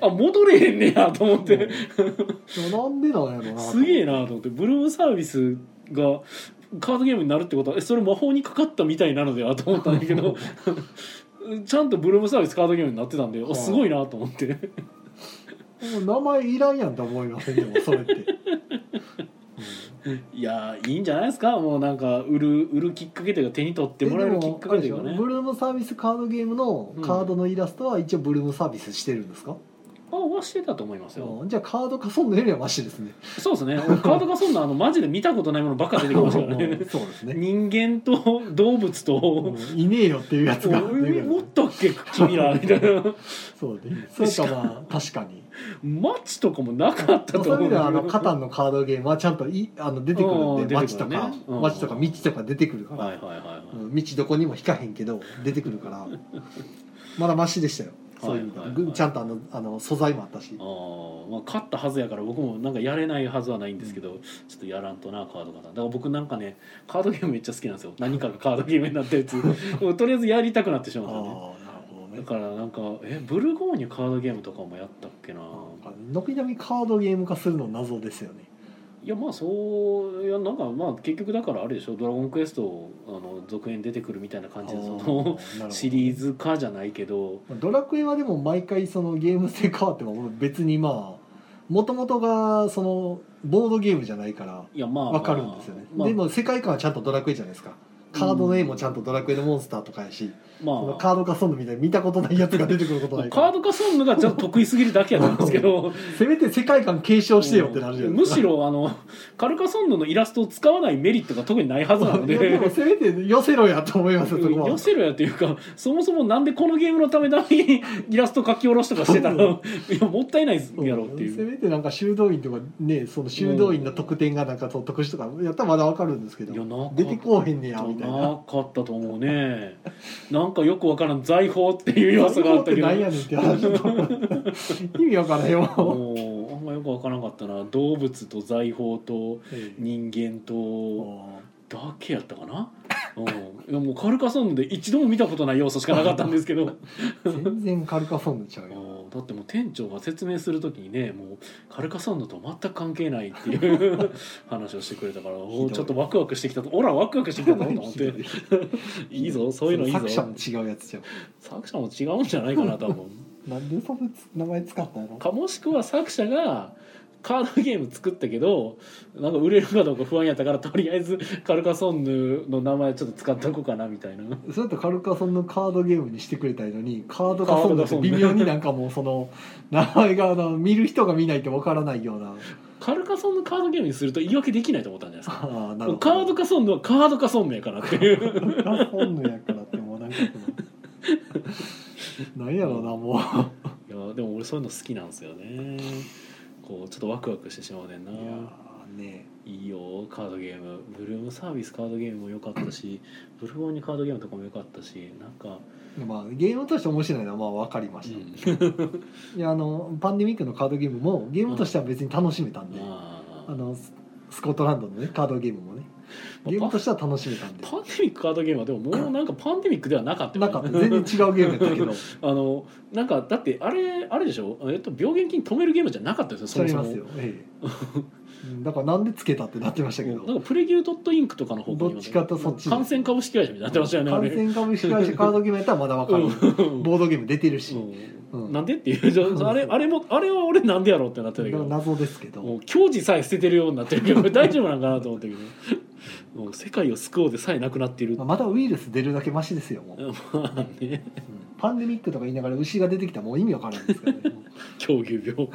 あ戻れへんねやと思って
でも なんでなんやろな
すげえなと思ってブルームサービスがカードゲームになるってことはえそれ魔法にかかったみたいなのではと思ったんだけ どちゃんとブルームサービスカードゲームになってたんで
は
あ
い
すごいなと思って
もう名前いらんやんと思いませんでもそれ って、
いやーいいんじゃないですかもうなんか売る売るきっかけというか手に取ってもらえるきっかけというか
えでもあれでしょ
ね
ブルームサービスカードゲームのカードのイラストは一応ブルームサービスしてるんですか、
あはしてたと思いますよ
うんじゃあカード化そんのよりはマシですね
そうですね俺カードがそんなあのマジで見たことないものばっか出てきましたからね
そうですね
人間と動物
うん
と
いねえよっていうやつが
おえおったっけ君らみたいな
そうねそうやったらまあ確かに
マッチとかもなかったと
そう
思う
いう意味ではあのカタンのカードゲームはちゃんといあの出てくる
うん
んで街
出て
と
くるね
か
うん
街とか道とか出てくるから
はいはいはいはい、
うん道どこにも引かへんけど出てくる からまだマシでしたよそういう意味で
はい
は
はいはい
ちゃんとあのあの素材もあったし
あーまあ、勝ったはずやから僕もなんかやれないはずはないんですけど、ちょっとやらんとなカードがなだから僕なんかねカードゲームめっちゃ好きなんですよ何かがカードゲームになったやつも うとりあえずやりたくなってし
あ
ま
あ
うん
な
だ
る
よね
ほど
だ
ね
からなんかえブルゴーニュカードゲームとかもやったっけな
軒並みカードゲーム化するの謎ですよね
いやまあそういやなんかまあ結局だからあれでしょ「ドラゴンクエスト」あの続編出てくるみたいな感じでそのシリー
ズ
ズ化じゃないけど
ドラクエはでも毎回そのゲーム性変わっても別にまあもともとがそのボードゲームじゃないから
いやまあまあ
わかるんですよね、
まあ
でも世界観はちゃんとドラクエじゃないですかカードの絵もちゃんとドラクエのモンスターとかやし、
ま
その
あ
カード化ソングみたいに見たことないやつが出てくることないか
カー
ら
ド化するのがちょっと得意すぎるだけやったんですけど
せめて世界観継承してよってなるじゃない
む
ですか
しろあのカルカソンヌのイラストを使わないメリットが特にないはずなの
いやで
で
もせめて寄せろやと思いますよそこは
寄せろやというかそもそもなんでこのゲームのためだけにイラスト書き下ろしとかしてたらいやもったいないやろっていう
せめてなんか修道院とかねその修道院の特典がなんかその特殊とかやったらまだわかるんですけど
いやなんか
出てこうへんね
な
やみたいな
かったと思うね なんかよくわからん財宝っていう要素があったけど
なんやねんって話だと思う 意味わからへんよ
もうあんまよくわからなかったな動物と財宝と人間とだけやったかな、うん、いやもうカルカソンヌで一度も見たことない要素しかなかったんですけど
全然カルカソンヌちゃうよ
うんだってもう店長が説明する時にねもうカルカソンヌとは全く関係ないっていう 話をしてくれたからお
ひどい
ちょっとワクワクしてきたとオラワクワクしてきたぞと思 っていいぞそういうのいいぞ
作者も違うやつじゃん
作者も違うんじゃないかな多分
なんでその名前使ったの
かもしくは作者がカードゲーム作ったけどなんか売れるかどうか不安やったからとりあえずカルカソンヌの名前ちょっと使っとこうかなみたいな
そうやったらカルカソンのカードゲームにしてくれたいのにカードカソンだと微妙になんかもうその名前があの見る人が見ないとわからない ような
カルカソンヌカードゲームにすると言い訳できないと思ったんじゃないですか
ああなるほど
カードカソンヌはカードカソンヌやからっていう
カルカソンのやからってもうなんかそのなんやろうなも
いやでも俺そういうの好きなんですよねこうちょっとワクワクしてしまうねんな
ういやーね
いいよカードゲームブルームサービスカードゲームも良かったしブルボンにカードゲームとかも良かったしなんか、
まあゲームとして面白いのはまあ分かりま
う
した、
ん、
いやあのパンデミックのカードゲームもゲームとしては別に楽しめたんで、
ま
あ
あ
のススコットランドのねカードゲームもねゲームとしては楽しめたんで
パンデミックカードゲームはでももうなんかパンデミックではなかったよ
な
ね
んか全然違うゲームや ったけど
あのなんかだってあれあれでしょ、えっと、病原菌止めるゲームじゃなかったですよ
そ
そも
れ
そ
ま
も
すよ、ええうんだからなんでつけたってなってましたけど
なんかプレギュートットインクとかの方向に
どっちかとそっち
感染株式会社みたいになってましたよねあ
感
れ
染株式会社カードゲームやったらまだ分かる、
うん
ボードゲーム出てるし、
うん
うん
なんでっていうじゃ
そうそう
ああれあれもあれは俺なんでやろうってなってたけ
だから
ど
謎ですけ
も
ど
う矜持さえ捨ててるようになってるけど 大丈夫なんかなと思ったけどもう世界を救おうでさえなくなっている
まあまだウイルス出るだけマシですよもう、
まあね
うんパンデミックとか言いながら牛が出てきたらもう意味わからないですからね
狂牛病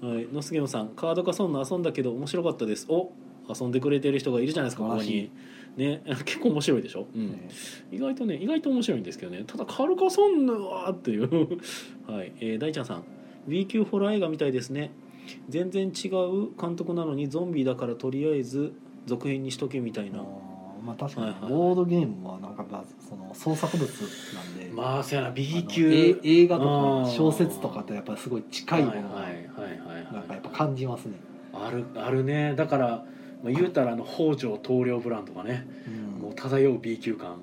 はい野杉野さんカード化そんな遊んだけど面白かったですお遊んでくれてる人がいるじゃないですかここにね 結構面白いでしょ、うん
ね
意外とね意外と面白いんですけどねただカルカソンヌはっていう はい、えー大ちゃんさん B 級ホラー映画みたいですね全然違う監督なのにゾンビだからとりあえず続編にしとけみたいな
あーまあ確か
はいは
に
い
ボードゲームはなんかまあその創作物なんで、
まあそやな
あの
B
え
級
映画
あ
と
ー
か小説とかとやっぱりすごい近いもの
はいはい
が
はいはいはい
なんかやっぱ感じますね、
あるあるねだから、まあ、言うたらあの北条棟梁ブランとかね
うん
もう漂う B 級感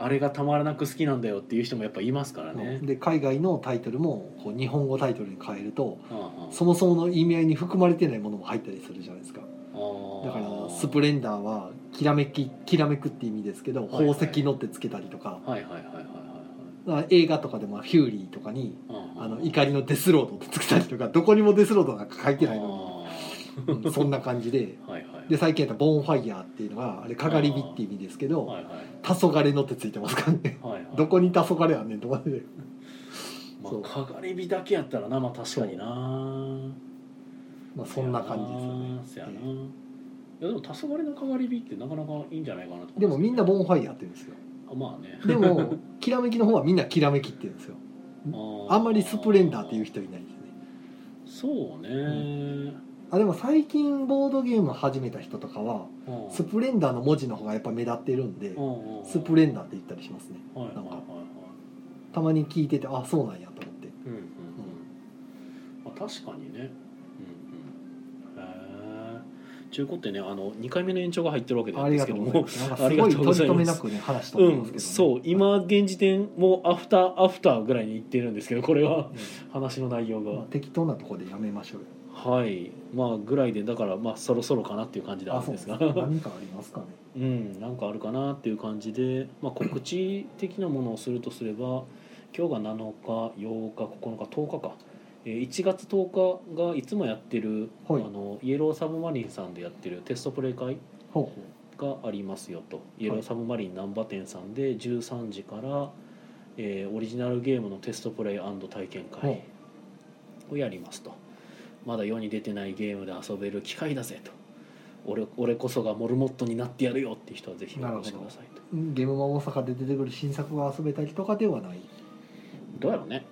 あれがたまらなく好きなんだよっていう人もやっぱいますからね、
で海外のタイトルもこう日本語タイトルに変えると
うんうん
そもそもの意味合いに含まれてないものも入ったりするじゃないですか
あー
だからスプレンダーはきらめききらめくって意味ですけど
はい
宝
はい
石のってつけたりとか,、
はいはいはいはいはい
映画とかでもヒューリーとかに
はいうん
あの怒りのデスロードってつけたりとかどこにもデスロードなんか書いてないのにうんそんな感じで
あーはいはい
で最近やった「ボーンファイヤー」っていうのがあれかがり火って意味ですけど
はいはい
「黄昏の」ってついてますからね
はいはい
どこに黄昏あんねんとかで
ま
そう
あ、かがり火だけやったらなまあ確かにな
まあそんな感じです
せや
よ
な
ね
せやないやでも黄昏のかがり火ってなかなかいいんじゃないかなと思うんすけ
で
ど
もみんなボーンファイヤーって言うんですよ
あまあね
で もきらめきの方はみんなきらめきって言うんですよ
ー
あんまりスプレンダーっていう人いないですね
そうね、
あでも最近ボードゲーム始めた人とかは
うん
スプレンダーの文字の方がやっぱ目立ってるんで
うんうん
スプレンダーって言ったりしますね
はいはいはいはい
たまに聞いててあそうなんやと思って
うんうんうんまあ、確かにね、うんうん、へえ中古ってねあの2回目の延長が入ってるわけな
あ
ん
り
ですけ
がと
ど
うご
も
ざいますなんかすごい取り留めなくね話飛んでますけど、ね
うん、そう今現時点もうアフターアフターぐらいに行ってるんですけどこれは話の内容
うんまあ
が、
適当なところでやめましょうよ
はいまあぐらいでだからまあそろそろかなっていう感じであ
あ
るん
そう
で
ですすね
が
何かありますかね
うんなんかあるかなっていう感じで、まあ、告知的なものをするとすれば今日が7日8日9日10日かえー1月10日がいつもやってる、
はい
あのイエローサブマリンさんでやってるテストプレイ会
ほうほ
がありますよとイエローサブマリン難波店さんで13時から、えーオリジナルゲームのテストプレイ体験
は
会
い
をやりますとまだ世に出てないゲームで遊べる機会だぜと俺俺こそがモルモットになってやるよっていう人はぜひお越しくださいと
ううんゲームマ大阪で出てくる新作が遊べたりとかではない
どうやろうね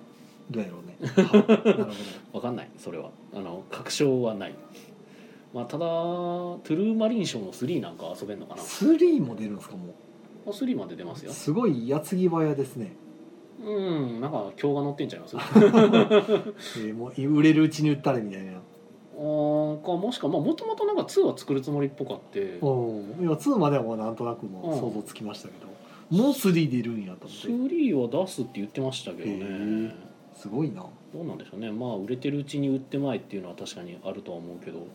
どうやろうね はいなるほど
分かんないそれはあの確証はない、まあ、ただトゥルーマリン賞の3なんか遊べるのかな
3も出るんですかも
あ3まで出ます
う
よ
すごい矢継ぎ早ですね、
うんなんか今日が乗ってんちゃいます
えーもう売れるうちに売ったれみたいな
あーかもしかまあもともとなんか2は作るつもりっぽかって
うんいや2まではもうなんとなくもう想像つきましたけど、もう3出るんやと思って
3は出すって言ってましたけど
へ
ね
ーすごいな
どうなんでしょうねまあ売れてるうちに売ってまいっていうのは確かにあるとは思うけど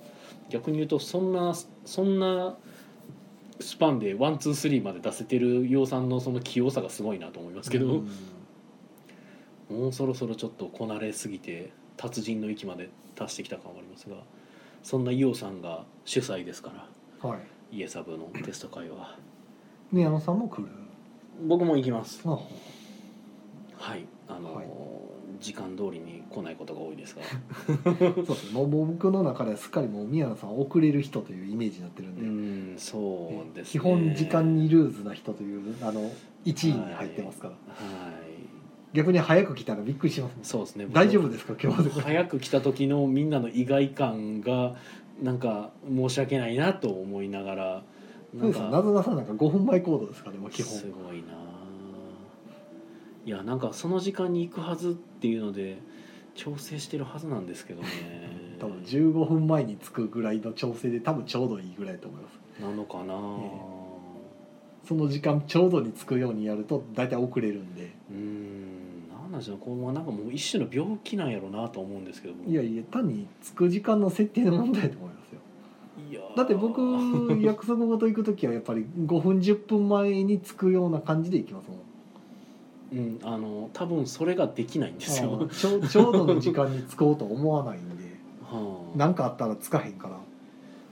逆に言うとそんなそんなスパンでワンツースリーまで出せてる洋さんのその器用さがすごいなと思いますけど、
うん
もうそろそろちょっとこなれすぎて達人の域まで達してきた感はありますがそんな伊オさんが主催ですから
はい
イエサブのテスト会は
宮野さんも来る
僕も行きます
あ
はいあの、
はい
時間通りに来ないことが多い ですが
そうですねもうもう僕の中ではすっかりもう宮野さん遅れる人というイメージになってるん
う
で、
んそうですね
基本時間にルーズな人というあの1位に入ってますから、
はい
逆に早く来たらびっくりしますもん
そうですね
大丈夫です か今日
僕早く来た時のみんなの意外感がなんか申し訳ないなと思いながら
そうですよなぞなさんなんか5分前行動ですからねもう基本
すごいなあいやなんかその時間に行くはずっていうので調整してるはずなんですけどね
多分15分前に着くぐらいの調整で多分ちょうどいいぐらいだと思います
なのかな、
その時間ちょうどに着くようにやると大体遅れるんで
うーんなんなんでしょうこれはなんかもう一種の病気なんやろうなと思うんですけど
いやいや単に着く時間の設定の問題だと思いますよ
いやー
だって 僕約束ごと行く時はやっぱり5分10分前に着くような感じで行きますもん
うんあの多分それができないんです
あ
よ
ーちょちょうどの時間に着こうと思わないんで
はあ
何かあったら着かへんから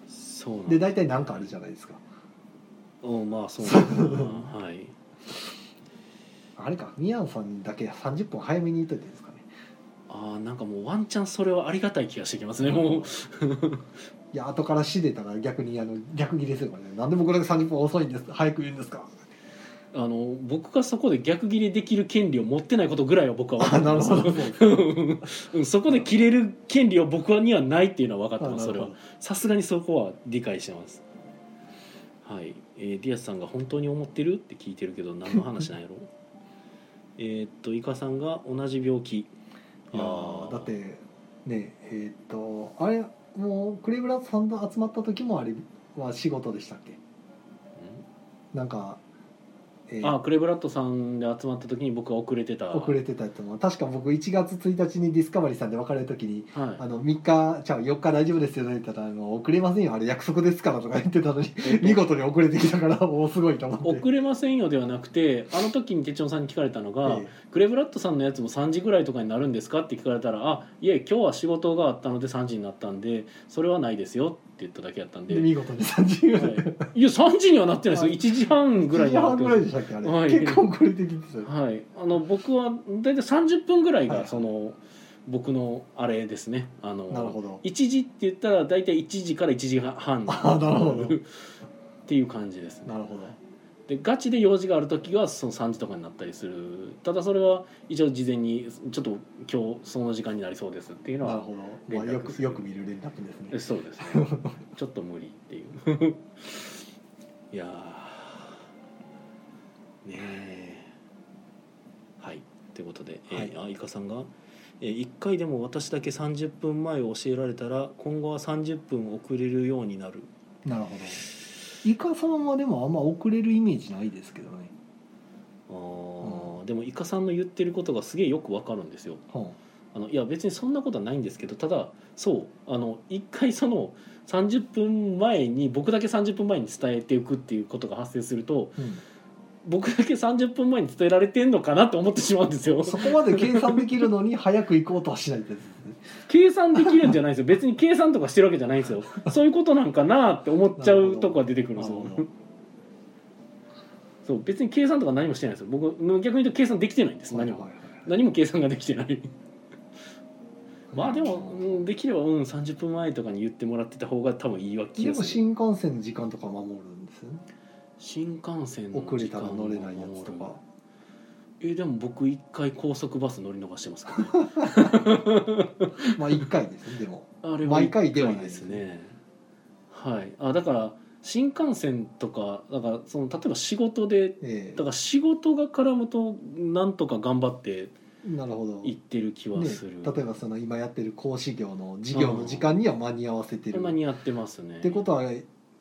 そうなん
で大体何かあるじゃないですか
うんまあそうなんだなはい
あれか宮野さんにだけ30分早めに言っといていいですかね
あーなんかもうワンチャンそれはありがたい気がしてきますねもう
いや後から死出たら逆にあの逆ギレするからねなんで僕らが30分遅いんです早く言うんですか
あの僕がそこで逆ギレできる権利を持ってないことぐらいは僕は
あ
分
な
か
る
って
ほ
ま
ど
す うんそこで切れる権利を僕はにはないっていうのは分かってます
あ
それはさすがにそこは理解してますはい、えーディアスさんが「本当に思ってる?」って聞いてるけど何の話なんやろ えーっとイカさんが同じ病気
いや
あ
ー
ー
だってねえーっとあれもうクレブラッドさんと集まった時もあれは仕事でしたっけなんか、えー
あクレブラッドさんで集まった時に僕が遅れてた
遅れてたってのは確か僕1月1日にディスカバリーさんで別れる時に
はい
あの3日じゃあ4日大丈夫ですよねって言ったらあの「遅れませんよあれ約束ですから」とか言ってたのに 見事に遅れてきたからもうすごいと思って。
遅れませんよではなくてあの時に手帳さんに聞かれたのが、
ええ
グレブラットさんのやつも3時ぐらいとかになるんですかって聞かれたら「あいえ今日は仕事があったので3時になったんでそれはないですよ」って言っただけやったんで
で見事に30
はい、いや3時にはなってないですよ
はい
1時半ぐらい
1
に
時
はな
半
って
ぐ
ま
らい
す
でしたっけあれ、
はい
結構遅れてきてたよ
はい、あの僕は大体30分ぐらい
は
が
い
その、僕のあれですねあの
なるほど
1時って言ったら大体1時から1時半
あなるほど
っていう感じですね
なるほど
でガチで用事がある時はその3時とかになったりするただそれは一応事前にちょっと今日その時間になりそうですっていうの
なる
は
ほど、
連
まあ、
絡
よく
する
よく見る連絡ですね
えそうです ねちょっと無理っていういやーねえはいということで、えーあいかさんがえー「1回でも私だけ30分前を教えられたら今後は30分遅れるようになる
なるほどイカさんはでもあんま遅れるイメージないですけどね、」
あーでもいかさんの言ってることがすげえよくわかるんですよ
は
あのいや別にそんなことはないんですけどただそうあの一回その30分前に僕だけ30分前に伝えていくっていうことが発生すると
あうん
僕だけ30分前に伝えられてんのかなって思ってしまうんですよ
そこまで計算できるのに早く行こうとはしないってやつです ね
計算できるんじゃないんですよ別に計算とかしてるわけじゃないんです よそういうことなんかなって思っちゃうとこが出てくるんですよ
なるほど
そう別に計算とか何もしてないんですよ僕逆に言うと計算できてないんです何も
はいはいはい
何も計算ができて ないまあでも、うん、できればうん30分前とかに言ってもらってた方が多分いいわ気
で
がす
も
る
新幹線の時間とか守るんですよね
新幹線の
遅れ
時
た
間
ら
を
乗れないやつとか
えでも僕一回高速バス乗り逃してますからね
まあ1回ですねでも
あれ
毎回ではない
で
ですす
ねはいあだから新幹線とかだからその例えば仕事で
ええ
だから仕事が絡むとなんとか頑張って
なるほど
行ってる気はする、
ね、例えばその今やってる講師業の授業の時間には間に合わせてる、
今にやってますね
ってことは、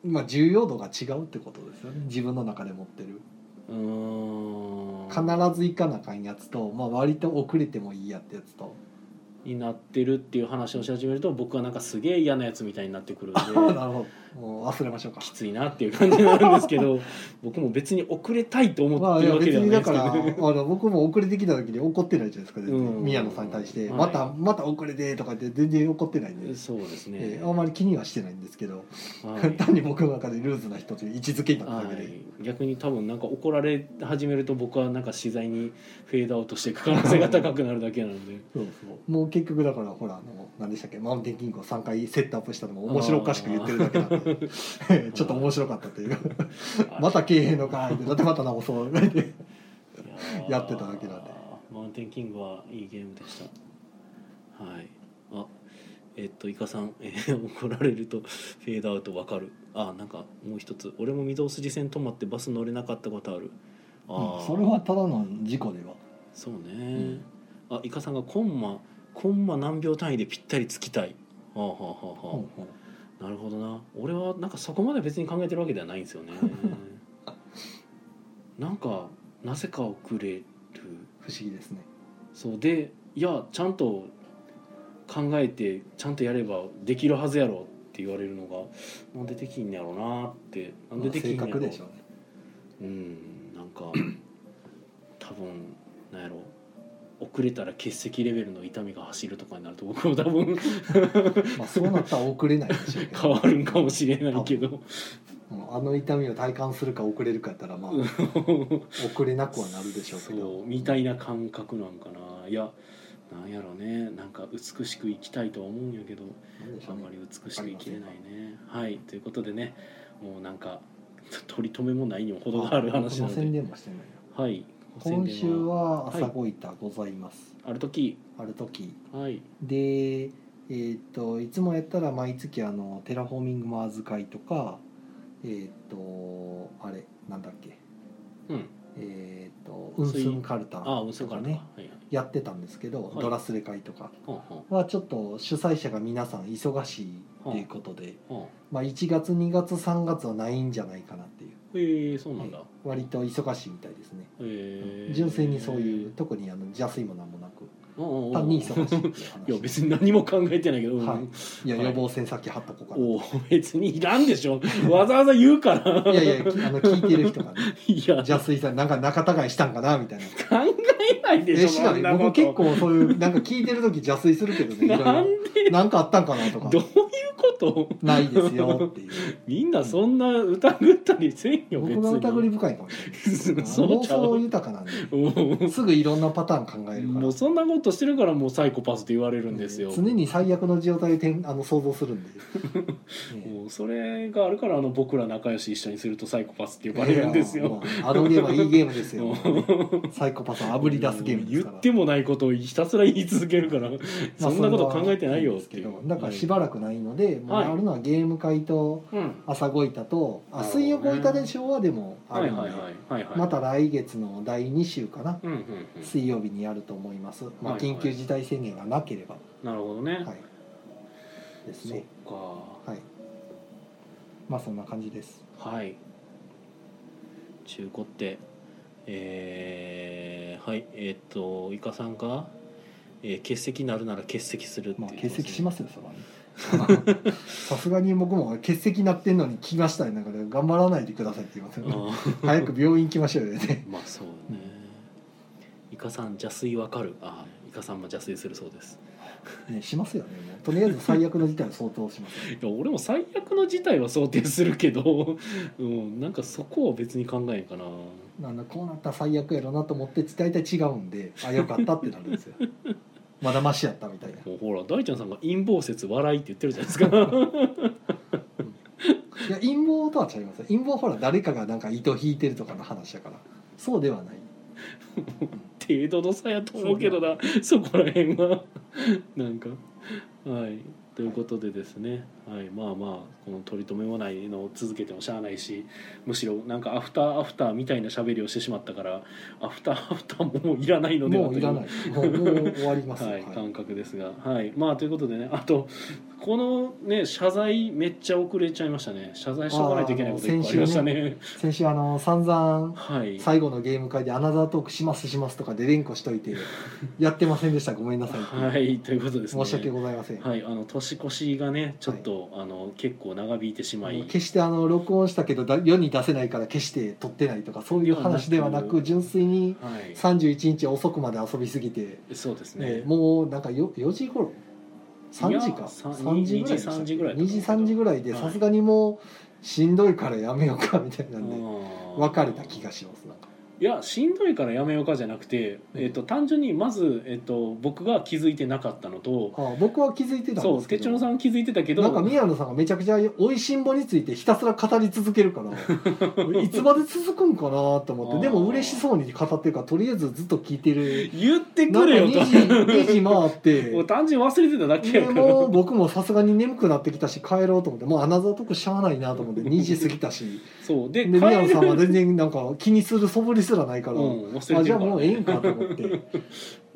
まあ、重要度が違うってことですよね自分の中で持ってる
うーん
必ず行かなあかんやつと、まあ、割と遅れてもいいやってやつと、
になってるっていう話をし始めると僕はなんかすげえ嫌なやつみたいになってくるんで
なるほもう忘れましょうか
きついなっていう感じなんですけど僕も別に遅れたいと思
ま
っ
あ
て
い
る
や
わけ
別
ではな
に
い
だ
です
か
けど、
らあの僕も遅れてきた時に怒ってないじゃないですか全然
うん
宮野さんに対して「
はい
またまた遅れて」とかって全然怒ってないん で、
そうですね、
えーあんまり気にはしてないんですけど、
はい
単に僕の中でルーズな人という位置づけになっただけで、
はい、逆に多分なんか怒られ始めると僕はなんか自在にフェードアウトしていく可能性が高くなるだけなので
そうそうもう結局だからほらあの何でしたっけマウンテンキングを3回セットアップしたのも面白おかしく言ってるだ けなんで ちょっと面白かったという また経営のかいってだってまた 直そうって
い
やってただけなんで
マウンテンキングはいいゲームでしたはいあえっとイカさん、えー怒られるとフェードアウトわかるあなんかもう一つ俺も御堂筋線止まってバス乗れなかったことあるあー
それはただの事故では
そうね、
ん
あイカさんがコンマコンマ何秒単位でぴったりつきたいはあはあはあはあ、
ほうほう
なるほどな俺はなんかそこまで別に考えてるわけではないんです よねなんかなぜか遅れる
不思議ですね
そうでいやちゃんと考えてちゃんとやればできるはずやろって言われるのがなんでできんねやろうなってなんでできんね
ま
や
あ
ろ
正確でしょうね
うんなんか多分なんやろ遅れたら欠席レベルの痛みが走るとかになると僕も多分
まあそうなったら遅れないでしょうけ
変
ど
わる んかもしれないけど
うんあの痛みを体感するか遅れるかやった らまあ遅れなくはなるでしょうけ
そ
ど
うみたいな感覚なんかないやなんやろねなんか美しく生きたいとは思うんやけど
なんでし
あ
ょうんね
まり美しく生きれないねはいということでねもうなんか取り留めもないにも程がある話な
あこ宣
ので
伝もしてないな
はい
今週は
はい
朝ごいたございます、
ある時
ある時
はい
でえーっといつもやったら毎月あのテラフォーミングマーズ会とかえーっとあれなんだっけ
うん
えーっとウンスンカルタ
ああ嘘
と
か
からね
ねはいはい
やってたんですけど、
はい
ドラスレ会とか
ほんほん
はちょっと主催者が皆さん忙しいということで、
ほん
まあ、1月2月3月はないんじゃないかなっていう
ええそうなんだ
は割と忙しいみたいですね、
ええ
純粋にそういう特にあの邪推もなんもなく
うんうんうん
単に忙しいっていう話
いや別に何も考えてないけど、うん
はいいや
はい
予防線先貼っとこうかな
おー別にいらんでしょわざわざ言うから
いやいやきあの聞いてる人がね
いや
邪推さんなんか仲違いしたんかなみたいな
考 えないで
え
し
し
ょそ
か
ん
も
なこと
僕結構そういうなんか聞いてる時邪推するけどねいろい
な
ろ
んで
なんかあったんかなとか
どういうこと
ないですよっていう
みんなそんな疑ったりせんよ別に
僕が疑り深いかもしれな い
そう
妄
ちゃ
想
う
豊かなんで
うん
すぐいろんなパターン考えるから
もうそんなことしてるからもうサイコパスって言われるんですよ、
常に最悪の状態をてんあの想像す るんで、
もうそれがあるからあの僕ら仲良し一緒にするとサイコパスって呼ば
バ
れ
レ
るんですよ、
あのゲームはいいゲームですよ
うん
サイコパスを炙り出すゲームですから
言ってもないことをひたすら言い続けるから、
ま
そ
あ
んなこと考えてないよっ
そ
て
れ
い
は
う
いいんですけどだからしばらくないので、もう
はい
あるのはゲーム会と
うん
朝ごいたと、あ
なるほどね
水曜ごいたでしょうはでもあ
はい
るの
は
で、
いはいはいはい
また来月の第2週かな、
うんうんうん
水曜日にやると思います、まあ、
はいはい
緊急事態宣言がなければ
なるほどね、
はいです
そっ
ね
か
はいまあそんな感じです
はい中古ってえー、はいえーっとイカさんが、えー欠席なるなら欠席するって
まあ
言って
欠
すね
席しますよそれはね さすがに僕も欠席なってんのに来ましたよだから頑張らないでくださいって言いますよね
あ
早く病院行きましょうよね
ー まあそうねイカさん邪推わかるあーイカさんも邪推するそうです
ねしますよねもうとりあえず最悪の事態を相当します
いや俺も最悪の事態は想定するけど、 うん、なんかそこを別に考えんかな
なんだこうなったら最悪やろなと思って大体違うんであよかったってなるんですよ まだマシやったみたいな
もうほら大ちゃんさんが陰謀説笑いって言ってるじゃないですか
いや陰謀とは違いますよ陰謀はほら誰かがなんか糸引いてるとかの話だからそうではない
程度の差やと思うけどなそこら辺は なんかはいということでですね、はいまあまあこの取り留めもないのを続けてもしゃあないしむしろなんかアフターアフターみたいな喋りをしてしまったからアフター アフターももういらないのでは
もういらないいもうもう終わりますよ
はい、
はい
感覚ですが、はい、まあということでねあとこのね謝罪めっちゃ遅れちゃいましたね謝罪しとかないといけないこといっぱいありましたね
先週あの散々
はい
最後のゲーム会で「アナザートークしますします」とかで連呼しといて「やってませんでしたごめんなさい」
はいということですね
申し訳ございません、
はい、あの年越しがねちょっと、そうあの結構長引いてしまい
決してあの録音したけどだ世に出せないから決して撮ってないとかそういう話ではな
ではな
く
く
純粋に
は
31日遅くまで遊びすぎて、
いそうですね
ね、もうなんかよ4時頃3時
い
か
やさ
3時ぐら
2時3時ぐら
いでしたっけ
いだ
2時3時ぐらいで
はい
さすがにもうしんどいからやめようかみたいなんで別
別
れた気がしますなんか
いやしんどいからやめようかじゃなくて、えっと単純にまず、えっと僕が気づいてなかったのと
あ僕は気づいてたん
そ
で
う
す
て
け
っちょ
ど
のさんは気づいてたけど
なんか宮野さんがめちゃくちゃ「おいしんぼ」についてひたすら語り続ける からいつまで続くんかなと思ってでも嬉しそうに語ってるからとりあえずずっと聞いてる
言って
な
く
んか
れよ
2時2時回っ
ともう
て
単純に忘れてただけ
で
やから
もう僕もさすがに眠くなってきたし帰ろうと思ってもうアナザートークしゃあないなと 思って2時過ぎたし
そう
で
で
宮野さんは
る
全然なんか気にする素振りすらないか
う
ら、
ん忘れ
あ
て
じ
る
ゃあ
から
もうええんかと思って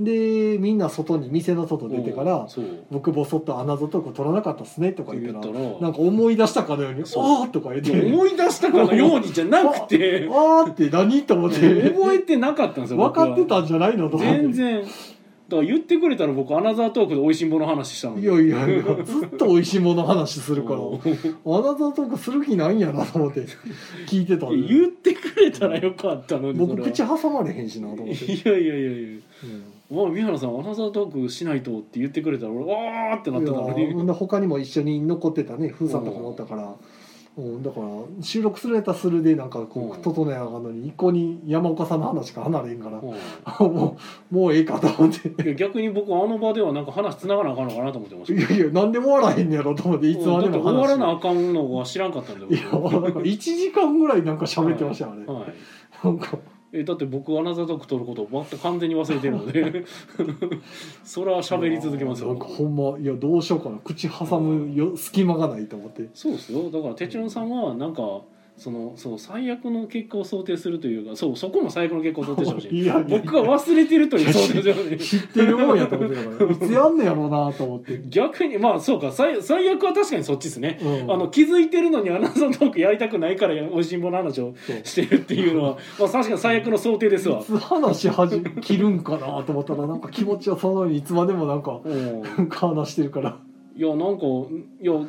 でみんな外に店の外出てから「
うんそう
僕ボソッとアナザートーク取らなかったっすね」とか言
言
っ
ったた
ら
ら
なんか思い出したかのように「
そう
ああ」とか言っ
で
て
も思
「
い出したかのようにじゃなくて
ああ」って何と思っ
うん
て
覚えてなかったんですよ
分
僕は
かってたんじゃないのと思って
全然だから言ってくれたら僕アナザートークでおいしんぼの話したのに
いやいやいやずっと美味しいもの話するからア
うん
ナザートークする気ないんやなと思って聞いてたんで
言ってくれたらよかったのに
僕
そ
口
れは
挟まれへんしなと思って、
いやいやいやいや
うん
おい三原さんアナザートークしないとって言ってくれたら俺わーってなってたの
いや
に
ー他にも一緒に残ってたね風さんとかもおったから、うん、だから収録するやったらするでなんかこ
う
うん整えやがんのに一向に山岡さんの話から離れへんから、
うん
もうもうええかと思って
いや逆に僕あの場ではなんか話繋がなあかんのかなと思ってま
い
した
やいや何でも笑えへんねやろと思っていつまで
うんだって
も
終わらな
話
あかんのは知らんかったんだよ
いや
僕
なんか1時間ぐらいなんか喋ってましたよあれ、
はい
なんか
えだって僕アナザートーク撮ることを全く完全に忘れてるので それは喋り続けます
な
よ
んかほんまいやどうしようかな口挟むよ隙間がないと思って
そうですよだから哲郎さんはなんかそのそう最悪の結果を想定するというかそうそこも最悪の結果を想定してほしい
いやいや
僕は忘れてるという想定してほしい
知ってるもんやと思ってたからいつやんねやろうなと思って、
逆にまあそうか最最悪は確かにそっちですね、
うん、
あの気づいてるのにアナザートークやりたくないからおいしんぼの話を
そう
してるっていうのは、まあ、確かに最悪の想定ですわ
い。つ話始め切るんかなと思ったらなんか気持ちはそのようにいつまでもなんか
うん
なんか話してるから
いやなんかいやだか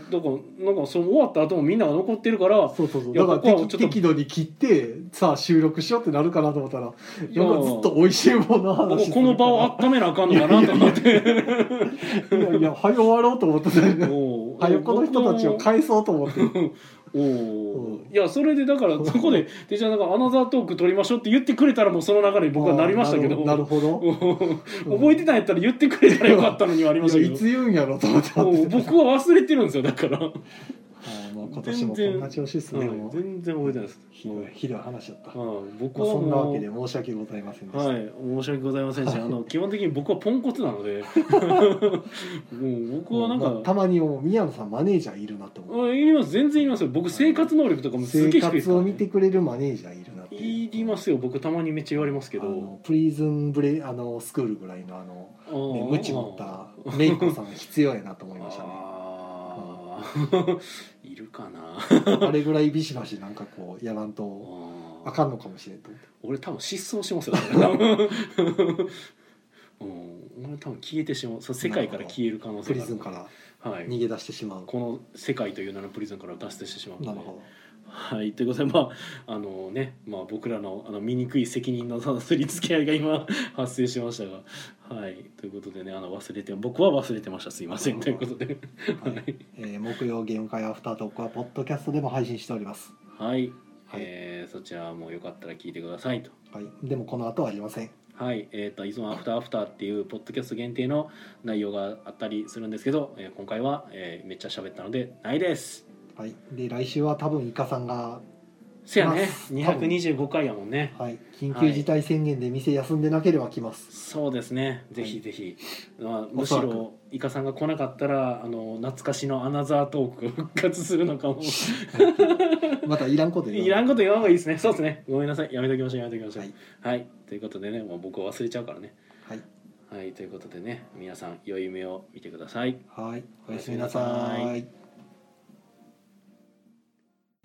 らなんかその終わった後もみんなが残ってるから
そうそうそう
いや
だから
ここは
適
ちょっと
適度に切ってさあ収録しようってなるかなと思ったらなんかずっ
いや
と美味しいもの
こ
話
ここの場を温めなあかんのかなと思って
いやいや早終わろうと思 ってたよね
おう
早この人たちを返そうと思って
おお
うん
いやそれでだ からそこで「てっちゃんなんかアナザートーク撮りましょう」って言ってくれたらもうその流れに僕はなりましたけど
あーなるほどなる
おう
うん
覚えてたんやったら言ってくれたらよかったのにはありま
ほ
した
どい
けど
やいつ言うんやろうと思って
も
待
う
って
僕は忘れてるんですよだから、は
あーまあ今年もこんな調子ですね
い
もう
全然覚えてないです
ひどいひどい話だった、まあ、
はい僕は
そんなわ
も
けで
う
申し訳ございませんでした、
はい、申し訳ございませんし、あの基本的に僕はポンコツなの でもう僕はなんか、
まあたまにもう宮野さんマネージャーいるなと思う
うんいります全然いりますよ僕生活能力とかもす
生
げえ低いですか
活
ら
を
ね
見てくれるマネージャーいるなって
いりますよ僕たまにめっちゃ言われますけ
け
ど
どプリズンブレあのスクールぐらいのあの
あー
ねムチ持ったメイコさん必要やなと思いましたね
あーいるかなあ
あれぐらいビシバシなんかこうやらんとあ
ー
かんのかもしれんと思って
俺多分失踪し ますよ、うん、俺多分消えてしまうそう世界から消える可能性
プ
があ
リズ
る
ンから
はい
逃げ出してしまう
この世界という名のプリズンから脱出してしまう
な
の
る
で
ほ
はいということでまああのね、まあ、僕らのあの醜い責任のさすりつけ合いが今 発生しましたがはいということでねあの忘れて僕は忘れてましたすいませんということで
ど、はいえー木曜ゲーム会アフタートークはポッドキャストでも配信しております、
はい、
はい
えーそちらもよかったら聞いてくださいと。
はい、でもこの後はありません
はい、えー、と「いつもアフターアフター」っていうポッドキャスト限定の内容があったりするんですけど、えー今回は、えーめっちゃ喋ったのでないです
はい、で来週は多分イカさんが、
せやね
まあ多分
225回やもんね
はい、緊急事態宣言で店休んでなければ来ます、
そうですねぜひぜひ、まあ、むし
おそら
ろイカさんが来なかったらあの懐かしのアナザートークが 復活するのかも
またいらんこと言わ
いらんこと言わん方がいいですねそうですねごめんなさいやめときましょうやめときましょう
はい
はい、ということでねもう僕は忘れちゃうからね
はい
はいということでね皆さん良い夢を見てください
はい、おやすみなさ
おやすみなさ
い。